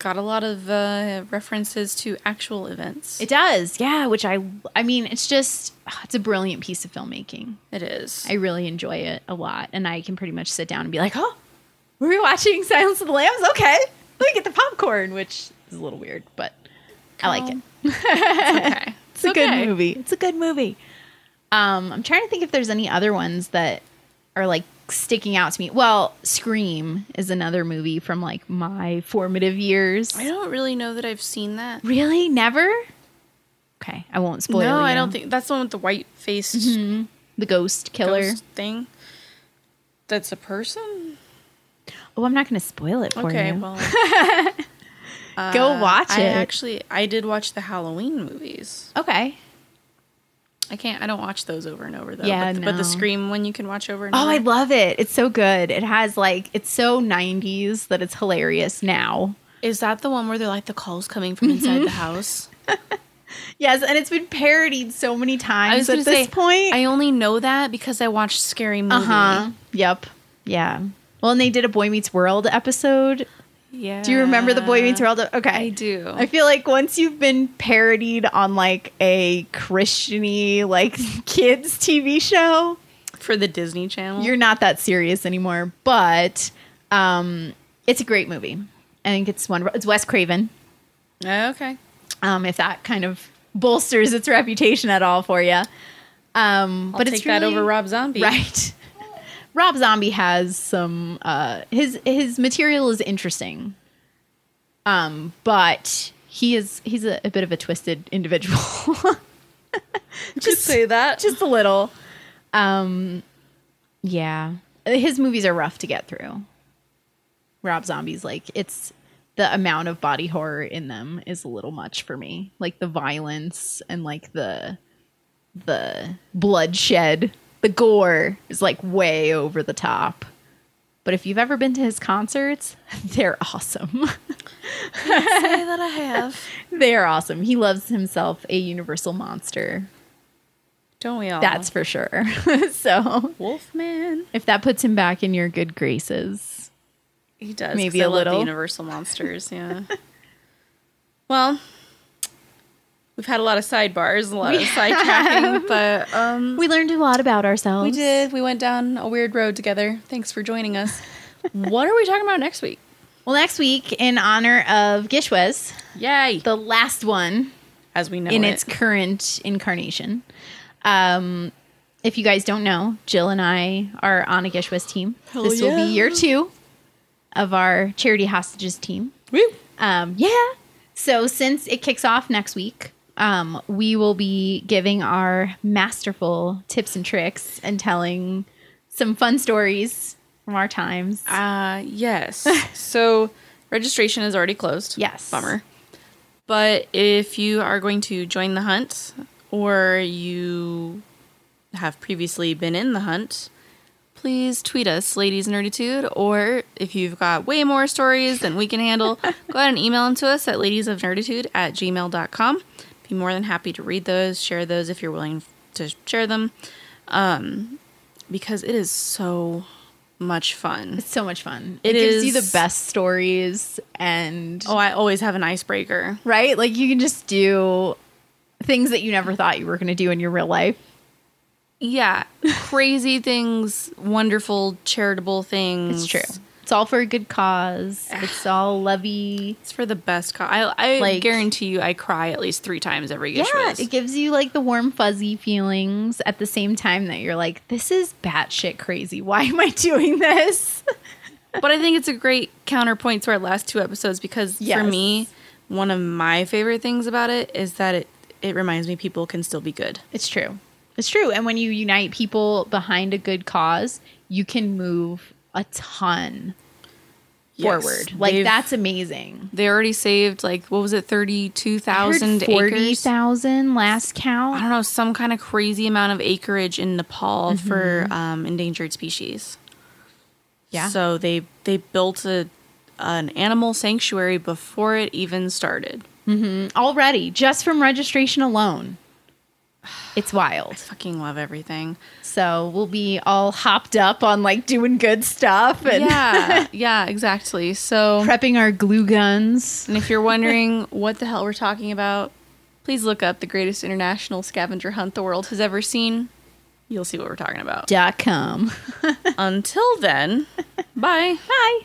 S2: got a lot of uh, references to actual events.
S1: It does. Yeah. Which I, I mean, it's just, it's a brilliant piece of filmmaking.
S2: it is.
S1: I really enjoy it a lot. And I can pretty much sit down and be like, oh, were we watching Silence of the Lambs? Okay. Let me get the popcorn, which is a little weird, but I like it.
S2: okay.
S1: It's a good movie. It's a good movie. Um, I'm trying to think if there's any other ones that are like sticking out to me. Well, Scream is another movie from like my formative years.
S2: I don't really know that I've seen that.
S1: Really? Never? Okay, I won't spoil.
S2: no, I
S1: you.
S2: don't think that's the one with the white faced
S1: the ghost killer.
S2: thing. That's a person.
S1: Oh, I'm not going to spoil it for
S2: Okay,
S1: you.
S2: well, uh,
S1: Go watch
S2: I
S1: it.
S2: actually I did watch the Halloween movies.
S1: okay.
S2: I can't. I don't watch those over and over though.
S1: Yeah,
S2: but, the- but
S1: no.
S2: the Scream one you can watch over and
S1: Oh,
S2: over.
S1: I love it. It's so good. It has like it's so 90s that it's hilarious now.
S2: Is that the one where they're like the calls coming from inside the house?
S1: Yes, and it's been parodied so many
S2: I was
S1: times
S2: gonna
S1: at this
S2: say,
S1: point.
S2: I only know that because I watched Scary Movie.
S1: Uh
S2: Uh-huh.
S1: huh. Yep. Yeah. Well, and they did a Boy Meets World episode.
S2: Yeah.
S1: Do you remember the Boy Meets World? Okay.
S2: Uh, I do.
S1: I feel like once you've been parodied on like a Christiany like kids TV show,
S2: for the Disney Channel.
S1: you're not that serious anymore. But um, it's a great movie. I think it's wonderful. It's Wes Craven.
S2: Oh, okay.
S1: Um, if that kind of bolsters its reputation at all for you. Um,
S2: I'll
S1: but
S2: take
S1: it's
S2: that
S1: really-
S2: over Rob Zombie.
S1: Right. Rob Zombie has some uh his his material is interesting. Um but he is he's a, a bit of a twisted individual.
S2: Just say that.
S1: Just a little. Um yeah. His movies are rough to get through. Rob Zombie's like it's the amount of body horror in them is a little much for me. Like the violence and like the the bloodshed, the gore is like way over the top. But if you've ever been to his concerts, they're awesome.
S2: say that I have.
S1: they're awesome. He loves himself a universal monster.
S2: Don't we all?
S1: That's for sure. so,
S2: Wolfman.
S1: if that puts him back in your good graces,
S2: He does.
S1: Maybe
S2: 'cause I
S1: a
S2: love
S1: little.
S2: the Universal monsters. Yeah. well, we've had a lot of sidebars, a lot of sidetracking, but um,
S1: we learned a lot about ourselves.
S2: we did. We went down a weird road together. Thanks for joining us. what are we talking about next week?
S1: Well, next week, in honor of Gishwas,
S2: Yay!
S1: the last one
S2: As we know
S1: in
S2: it.
S1: its current incarnation. Um, if you guys don't know, Jill and I are on a Gishwas team.
S2: Hell
S1: this will
S2: yeah.
S1: be year two of our charity hostages team.
S2: Woo.
S1: Um, yeah. So since it kicks off next week, um, we will be giving our masterful tips and tricks and telling some fun stories from our times.
S2: Uh, yes. so registration is already closed.
S1: Yes.
S2: Bummer. But if you are going to join the hunt or you have previously been in the hunt, please tweet us, Ladies Nerditude, or if you've got way more stories than we can handle, go ahead and email them to us at ladiesofnerditude at gmail.com. Be more than happy to read those, share those if you're willing to share them, um, because it is so much fun.
S1: It's so much fun.
S2: It
S1: It, gives you the
S2: is-
S1: best stories and
S2: Oh, I always have an icebreaker.
S1: right? Like you can just do things that you never thought you were going to do in your real life.
S2: Yeah, crazy things, wonderful charitable things.
S1: It's true. It's all for a good cause. It's all lovey.
S2: It's for the best. Co- I I
S1: Like-
S2: guarantee you, I cry at least three times every
S1: Yeah,
S2: Gishwiz.
S1: it gives you like the warm fuzzy feelings at the same time that you're like, this is batshit crazy. Why am I doing this?
S2: but I think it's a great counterpoint to our last two episodes because for
S1: Yes.
S2: me, one of my favorite things about it is that it it reminds me people can still be good.
S1: It's true. It's true. And when you unite people behind a good cause, you can move a ton
S2: Yes.
S1: forward. Like
S2: They've-
S1: that's amazing.
S2: They already saved like what was it, thirty two
S1: I heard
S2: thousand acres?
S1: 40,000 last
S2: I
S1: count.
S2: don't know, some kind of crazy amount of acreage in Nepal for um, endangered species.
S1: Mm-hmm. Yeah.
S2: So they they built a an animal sanctuary before it even started.
S1: Already, just from registration alone. It's wild.
S2: Fucking love everything.
S1: So we'll be all hopped up on like doing good stuff and
S2: yeah, yeah, exactly. So
S1: prepping our glue guns.
S2: And if you're wondering what the hell we're talking about, please look up the greatest international scavenger hunt the world has ever seen. You'll see what we're talking about.
S1: Dot com.
S2: Until then, bye.
S1: Bye.